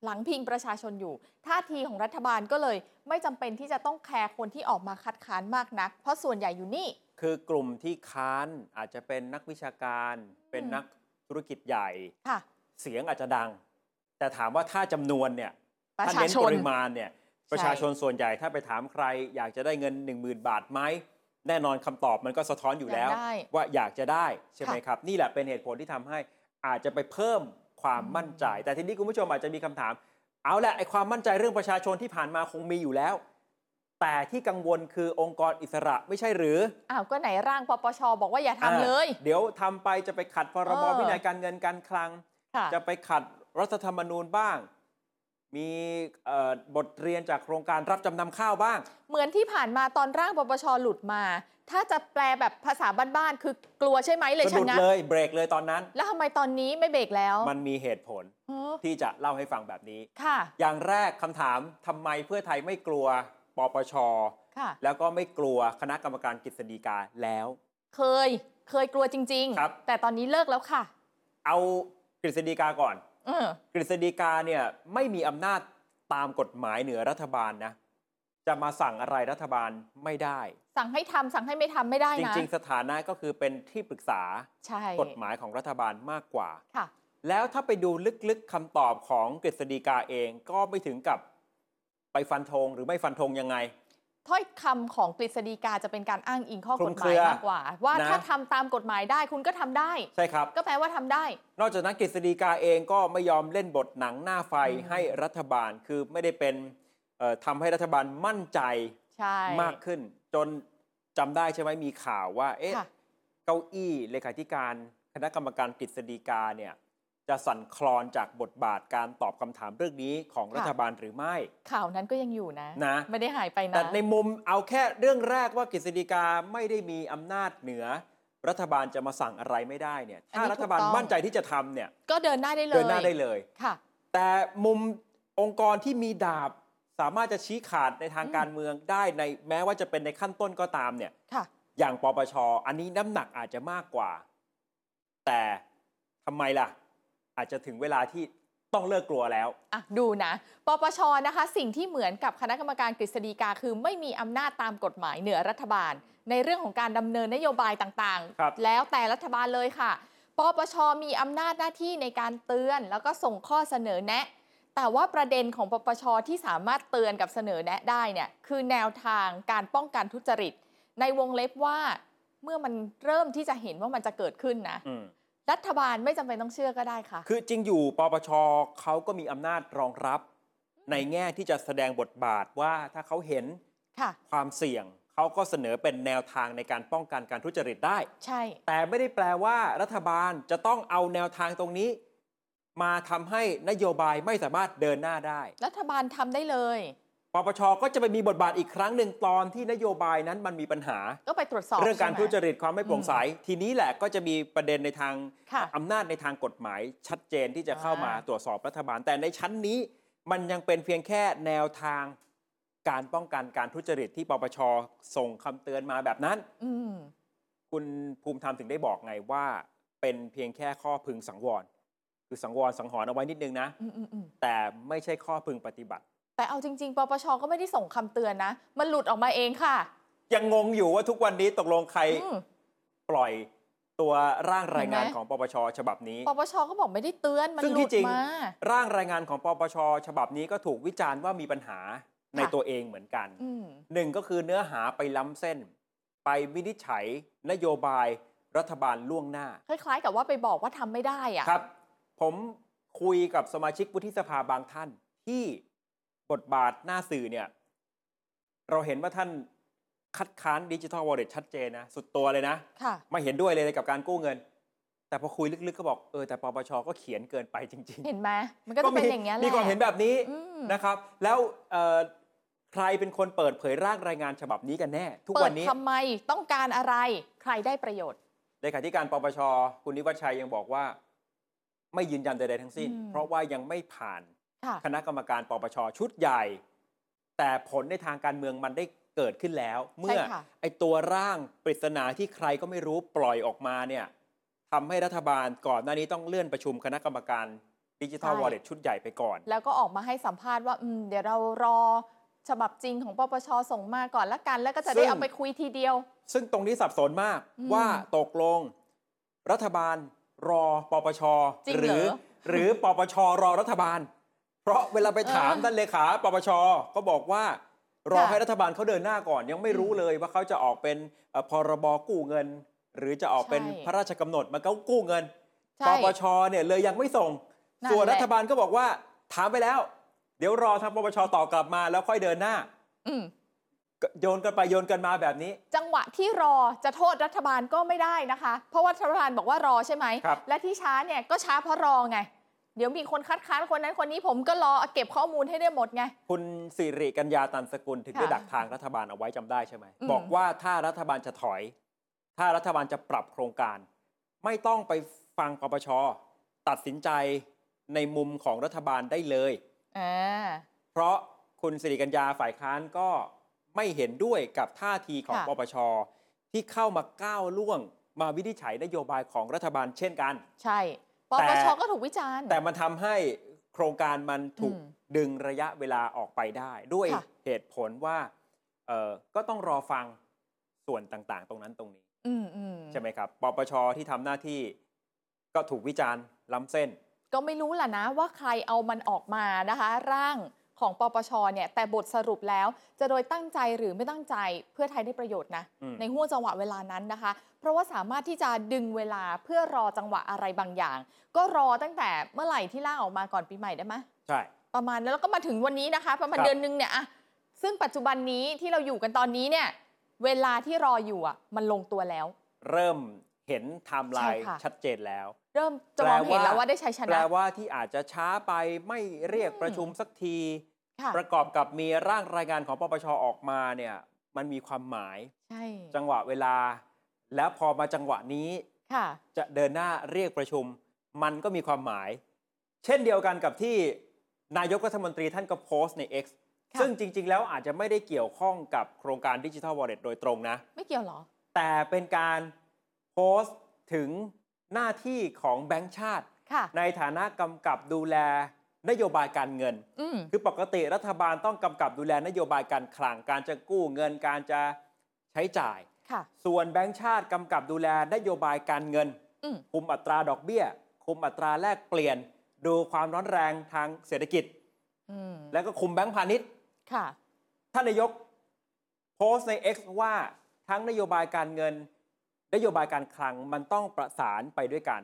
S3: หลังพิงประชาชนอยู่ ท่าทีของรัฐบาลก็เลย ไม่จำเป็นที่จะต้องแคร์คนที่ออกมาคัดค้านมากนัก เพราะส่วนใหญ่อยู่นี่
S2: คือกลุ่มที่ค้านอาจจะเป็นนักวิชาการ เป็นนักธุรกิจใหญ่
S3: ค่ะ
S2: เสียงอาจจะดัง แต่ถามว่าถ้าจำนวนเนี่ย
S3: ประ
S2: ถ้า
S3: ชา
S2: เน้น
S3: ช
S2: ป
S3: น
S2: ริมาณเนี่ยประชาชนส่วนใหญ่ถ้าไปถามใคร อยากจะได้เงิน 10,000 บาทไหมแน่นอนคำตอบมันก็สะท้อนอยู่แล้ว
S3: อยากได้
S2: ว่าอยากจะได้ใช่ไหม
S3: ค่ะ
S2: ครับ นี่แหละเป็นเหตุผลที่ทำให้อาจจะไปเพิ่มความมั่นใจ แต่ทีนี้คุณผู้ชมอาจจะมีคำถาม เอาแหละไอความมั่นใจเรื่องประชาชนที่ผ่านมาคงมีอยู่แล้ว แต่ที่กังวลคือองค์กรอิสระไม่ใช่หรือ
S3: อ้าวก็ไหนร่างปปชบอกว่าอย่าทำเลย
S2: เดี๋ยวทำไปจะไปขัดพรบ
S3: เออ
S2: วินัยการเงินการคลัง
S3: ค่ะ
S2: จะไปขัดรัฐธรรมนูญบ้าง มีเอ่อบทเรียนจากโครงการรับจำนำข้าวบ้าง
S3: เหมือนที่ผ่านมาตอนร่างปปชหลุดมา ถ้าจะแปลแบบภาษาบ้านๆคือกลัวใช่ไหมเลย
S2: สะ
S3: ชะ
S2: ดุด
S3: งัก
S2: เลยเบรกเลยตอนนั้น
S3: แล้วทำไมตอนนี้ไม่เบรกแล้ว
S2: มันมีเหตุผล
S3: เออ
S2: ที่จะเล่าให้ฟังแบบนี้
S3: ค่ะ
S2: อย่างแรกคำถามทำไมเพื่อไทยไม่กลัวปปช
S3: ค่ะ
S2: แล้วก็ไม่กลัวคณะกรรมการกฤษฎีกาแล้ว
S3: เคย เคยกลัวจริง
S2: ครับ
S3: ๆ แต่ตอนนี้เลิกแล้วค่ะ
S2: เอากฤษฎีกาก่อน
S3: เออก
S2: ฤษฎีกาเนี่ยไม่มีอำนาจตามกฎหมายเหนือรัฐบาลนะ จะมาสั่งอะไรรัฐบาลไม่ได้
S3: สั่งให้ทำสั่งให้ไม่ทำไม่ได้
S2: จ
S3: นะ
S2: ริง ๆ สถานะก็คือเป็นที่ปรึกษา
S3: ใช่
S2: กฎหมายของรัฐบาลมากกว่า
S3: ค่ะ
S2: แล้วถ้าไปดูลึกๆคำตอบของกฤษฎีกาเองก็ไม่ถึงกับไปฟันธงหรือไม่ฟันธงยังไง
S3: ถ้อยคำของกฤษฎีกาจะเป็นการอ้างอิงข้อ
S2: คลุม
S3: กฎห
S2: เค
S3: มา
S2: รื
S3: ย
S2: อ
S3: มากกว่า ว่า
S2: นะ
S3: ถ้าทำตามกฎหมายได้คุณก็ทำได้
S2: ใช่ครับ
S3: ก็แปลว่าทำได้
S2: นอกจากนั้นกฤษฎีกาเองก็ไม่ยอมเล่นบทหนังหน้าไฟให้รัฐบาลคือไม่ได้เป็นเอ่อทำให้รัฐบาลมั่นใจ
S3: ใช่
S2: มากขึ้น จนจำได้ใช่ไหมมีข่าวว่าเอ๊ะ
S3: ค่ะ
S2: เก้าอี้เลขาธิการคณะกรรมการกฤษฎีกาเนี่ยจะสั่นคลอนจากบทบาทการตอบคำถามเรื่องนี้ของรัฐบาลหรือไม่
S3: ข่าวนั้นก็ยังอยู่นะ
S2: นะ
S3: ไม่ได้หายไปนะ
S2: แต่ในมุมเอาแค่เรื่องแรกว่ากฤษฎีกาไม่ได้มีอำนาจเหนือ รัฐบาลจะมาสั่งอะไรไม่ได้เนี่ย
S3: อัน
S2: ถ้า
S3: นี้
S2: รัฐบาล
S3: ถูกต้อง
S2: มั่นใจที่จะทำเนี่ย
S3: ก็เดินหน้าได้เลย
S2: เดินหน้าได้เลย
S3: ค่ะ
S2: แต่มุมองค์กรที่มีดาบสามารถจะชี้ขาดในทาง
S3: อืม
S2: การเมืองได้ในแม้ว่าจะเป็นในขั้นต้นก็ตามเนี่ย
S3: ค่ะ
S2: อย่างปปช อันนี้น้ำหนักอาจจะมากกว่า แต่ทำไมล่ะ อาจจะถึงเวลาที่ต้องเลิกกลัวแล้ว
S3: อ่ะดูนะ ปปช นะคะ สิ่งที่เหมือนกับคณะกรรมการกฤษฎีกาคือไม่มีอำนาจตามกฎหมายเหนือรัฐบาล ในเรื่องของการดำเนินนโยบายต่าง
S2: ครับ
S3: ๆ แล้วแต่รัฐบาลเลยค่ะ ปปช มีอำนาจหน้าที่ในการเตือน แล้วก็ส่งข้อเสนอแนะ แต่ว่าประเด็นของปปช ที่สามารถเตือนกับเสนอแนะได้เนี่ยคือแนวทางการป้องกันทุจริต ในวงเล็บว่าเมื่อมันเริ่มที่จะเห็นว่ามันจะเกิดขึ้นนะ
S2: อืม
S3: รัฐบาลไม่จำเป็นต้องเชื่อก็ได้ค่ะ
S2: คือจริงอยู่ปปชเขาก็มีอำนาจรองรับ ในแง่ที่จะแสดงบทบาทว่าถ้าเขาเห็น
S3: ค่ะ
S2: ความเสี่ยง เขาก็เสนอเป็นแนวทางในการป้องกันการทุจริตได้
S3: ใช่
S2: แต่ไม่ได้แปลว่ารัฐบาลจะต้องเอาแนวทางตรงนี้ มาทำให้นโยบายไม่สามารถเดินหน้าได้
S3: รัฐบาลทำได้เลย
S2: ปปชก็จะไปมีบทบาทอีกครั้งหนึ่งตอนที่นโยบายนั้นมันมีปัญหา
S3: ก็ไปตรวจสอบ
S2: เรื่องการ
S3: ใช่ไหม
S2: ทุจริตความไม่โปร่งใส ทีนี้แหละก็จะมีประเด็นในทาง
S3: ค่ะ
S2: อำนาจในทางกฎหมายชัดเจนที่จะเข้ามา
S3: อ่า
S2: ตรวจสอบรัฐบาล แต่ในชั้นนี้มันยังเป็นเพียงแค่แนวทางการป้องกันการทุจริตที่ปปชส่งคำเตือนมาแบบนั้น
S3: อืม
S2: คุณภูมิธรรมถึงได้บอกไงว่า เป็นเพียงแค่ข้อพึงสังวร คือสังวรสังหรณ์เอาไว้นิดนึงนะ
S3: อืมอืมอืม
S2: แต่ไม่ใช่ข้อพึงปฏิบัติ
S3: แต่เอาจริง ๆ ปปช ก็ไม่ได้ส่งคำเตือนนะ มันหลุดออกมาเองค่ะ
S2: ยังงงอยู่ว่าทุกวันนี้ตกลงใคร
S3: อืม
S2: ปล่อยตัวร่างรายงาน
S3: เห็นไหม
S2: ของปปชฉบับนี้
S3: ปปชก็บอกไม่ได้เตือนมัน
S2: ซึ่ง
S3: หลุ
S2: ที่
S3: ด
S2: จริง
S3: มา
S2: ร่างรายงานของปปชฉบับนี้ก็ถูกวิจารณ์ว่ามีปัญหาใน
S3: ค่ะ
S2: ตัวเองเหมือนกัน
S3: อืม
S2: หนึ่งก็คือเนื้อหาไปล้ำเส้น ไปวินิจฉัย นโยบายรัฐบาลล่วงหน้า
S3: คล้ายๆ กับว่าไปบอกว่าทำไม่ได้อะ
S2: ครับ ผมคุยกับสมาชิกวุฒิสภาบางท่าน ที่บทบาทหน้าสื่อเนี่ย เราเห็นว่าท่านคัดค้านดิจิทัลวอลเล็ตชัดเจนนะ สุดตัวเลยนะ
S3: ค่ะ
S2: ไม่เห็นด้วยเลยกับการกู้เงิน แต่พอคุยลึกๆก็บอกเออแต่ปปชก็เขียนเกินไปจริง ๆ
S3: เห็นไหมมันก็จะเป็นอย่างเงี้ยแหละ
S2: มีความเห็นแบบนี้
S3: อืม
S2: นะครับ แล้วเอ่อใครเป็นคนเปิดเผยร่างรายงานฉบับนี้กันแน่ ทุก
S3: เปิ
S2: วั
S3: ด
S2: นนี้
S3: ทำไมต้องการอะไรใครได้ประโยชน์
S2: เลขาธิการปปชคุณนิวัชชัยยังบอกว่า ไม่ยืนยันใดๆทั้งสิ้น
S3: อืม
S2: เพราะว่ายังไม่ผ่าน
S3: ค่ะ
S2: คณะกรรมการปปชชุดใหญ่ แต่ผลในทางการเมืองมันได้เกิดขึ้นแล้ว เมื่อ
S3: ค่ะ
S2: ไอตัวร่างปริศนาที่ใครก็ไม่รู้ปล่อยออกมาเนี่ยทำให้รัฐบาลก่อนหน้านี้ต้องเลื่อนประชุมคณะกรรมการดิจิทัลวอลเล็ตชุดใหญ่ไปก่อน
S3: แล้วก็ออกมาให้สัมภาษณ์ว่า อืม เดี๋ยวเรารอฉบับจริงของปปชส่งมาก่อนละกัน แล้วก็จะ
S2: ซึ่
S3: ได้
S2: ง
S3: เอาไปคุยทีเดียว
S2: ซึ่งตรงนี้สับสนมาก
S3: อืม
S2: ว่าตกลง รัฐบาลรอปปช
S3: จริง
S2: ห
S3: เหรอ
S2: รือ หรือปปชรอรัฐบาล เพราะเวลาไปถาม
S3: เออ
S2: ท่านเลขาปปชก็บอกว่า รอ
S3: ค่ะ
S2: ให้รัฐบาลเขาเดินหน้าก่อน ยังไม่รู้
S3: อืม
S2: เลยว่าเขาจะออกเป็นเอ่อพรบกู้เงิน หรือจะออกเป็น
S3: ใช่
S2: พระราชกำหนดมาก็กู้เงิน
S3: ใช่
S2: ปปชเนี่ยเลยยังไม่ส่ง
S3: นั่น
S2: ส่วน
S3: แหละ
S2: รัฐบาลก็บอกว่า ถามไปแล้ว เดี๋ยวรอทางปปชตอบกลับมาแล้วค่อยเดินหน้า
S3: อืม
S2: ก็โยนกันไปโยนกันมาแบบนี้
S3: จังหวะที่รอจะโทษรัฐบาลก็ไม่ได้นะคะ เพราะว่ารัฐบาลบอกว่ารอใช่ไหม
S2: ครับ
S3: และที่ช้าเนี่ยก็ช้าเพราะรอไง เดี๋ยวมีคนคัดค้านคนนั้นคนนี้ผมก็รอเก็บข้อมูลให้ได้หมดไง
S2: คุณสิริกัญญาตันสกุลถึงได้
S3: ค่ะ
S2: ดักทางรัฐบาลเอาไว้จำได้ใช่ไหม
S3: อืม
S2: บอกว่าถ้ารัฐบาลจะถอย ถ้ารัฐบาลจะปรับโครงการ ไม่ต้องไปฟังปปชตัดสินใจในมุมของรัฐบาลได้เลย
S3: อ่า
S2: เพราะคุณสิริกัญญาฝ่ายค้านก็ไม่เห็นด้วยกับท่าทีของ
S3: ค่ะ
S2: ปปชที่เข้ามาก้าวล่วงมาวินิจฉัยนโยบายของรัฐบาลเช่นกัน
S3: ใช่ป
S2: แต่
S3: ปชก็ถูกวิจารณ์
S2: แต่มันทำให้โครงการมันถูก
S3: อืม
S2: ดึงระยะเวลาออกไปได้ ด้วย
S3: ค่ะ
S2: เหตุผลว่าเอ่อก็ต้องรอฟังส่วนต่างๆ ตรงนั้นตรงนี้
S3: อืมอืม
S2: ใช่ไหมครับปปชที่ทำหน้าที่ก็ถูกวิจารณ์ล้ำเส้น
S3: ก็ไม่รู้ล่ะนะว่าใครเอามันออกมานะคะ ร่างของปปชเนี่ย แต่บทสรุปแล้วจะโดยตั้งใจหรือไม่ตั้งใจเพื่อไทยได้ประโยชน์นะ
S2: อืม
S3: ในห่วงจังหวะเวลานั้นนะคะ เพราะว่าสามารถที่จะดึงเวลาเพื่อรอจังหวะอะไรบางอย่าง ก็รอตั้งแต่เมื่อไหร่ที่ล่างออกมาก่อนปีใหม่ได้ไหมย
S2: ใช่
S3: ประมาณนั้นแล้วก็มาถึงวันนี้นะคะ ประมาณ
S2: ครับ
S3: เดือนนึงเนี่ยอะซึ่งปัจจุบันนี้ที่เราอยู่กันตอนนี้เนี่ย เวลาที่รออยู่อะมันลงตัวแล้ว
S2: เริ่มเห็นไทม์ไลน์
S3: ใช่ค่ะ
S2: ชัดเจนแล้ว
S3: เริ่มจะมองเห็นแล้วว่าได้ใช้ช
S2: แปล
S3: นะ
S2: ว่าที่อาจจะช้าไปไม่เรียกประชุมสักที
S3: ค่ะ
S2: ประกอบกับมีร่างรายงานของปปชออกมาเนี่ยมันมีความหมาย
S3: ใช่
S2: จังหวะเวลา แล้วพอมาจังหวะนี้
S3: ค่ะ
S2: จะเดินหน้าเรียกประชุม มันก็มีความหมาย เช่นเดียวกันกับที่นายกรัฐมนตรีท่านก็โพสต์ใน X
S3: ค่ะ
S2: ซึ่งจริง ๆ แล้วอาจจะไม่ได้เกี่ยวข้องกับโครงการดิจิทัลวอลเล็ตโดยตรงนะ
S3: ไม่เกี่ยวหรอ
S2: แต่เป็นการโพสต์ถึงหน้าที่ของแบงก์ชาติ
S3: ค่ะ
S2: ในฐานะกำกับดูแลนโยบายการเงิน
S3: อืม
S2: คือปกติรัฐบาลต้องกำกับดูแลนโยบายการคลัง การจะกู้เงินการจะใช้จ่าย
S3: ค่ะ
S2: ส่วนแบงก์ชาติกำกับดูแลนโยบายการเงิน
S3: อืม
S2: คุมอัตราดอกเบี้ย คุมอัตราแลกเปลี่ยน ดูความร้อนแรงทางเศรษฐกิจ
S3: อืม
S2: แล้วก็คุมแบงก์พาณิชย์
S3: ค่ะ
S2: ท่านนายกโพสต์ใน X ว่าทั้งนโยบายการเงิน นโยบายการคลังมันต้องประสานไปด้วยกัน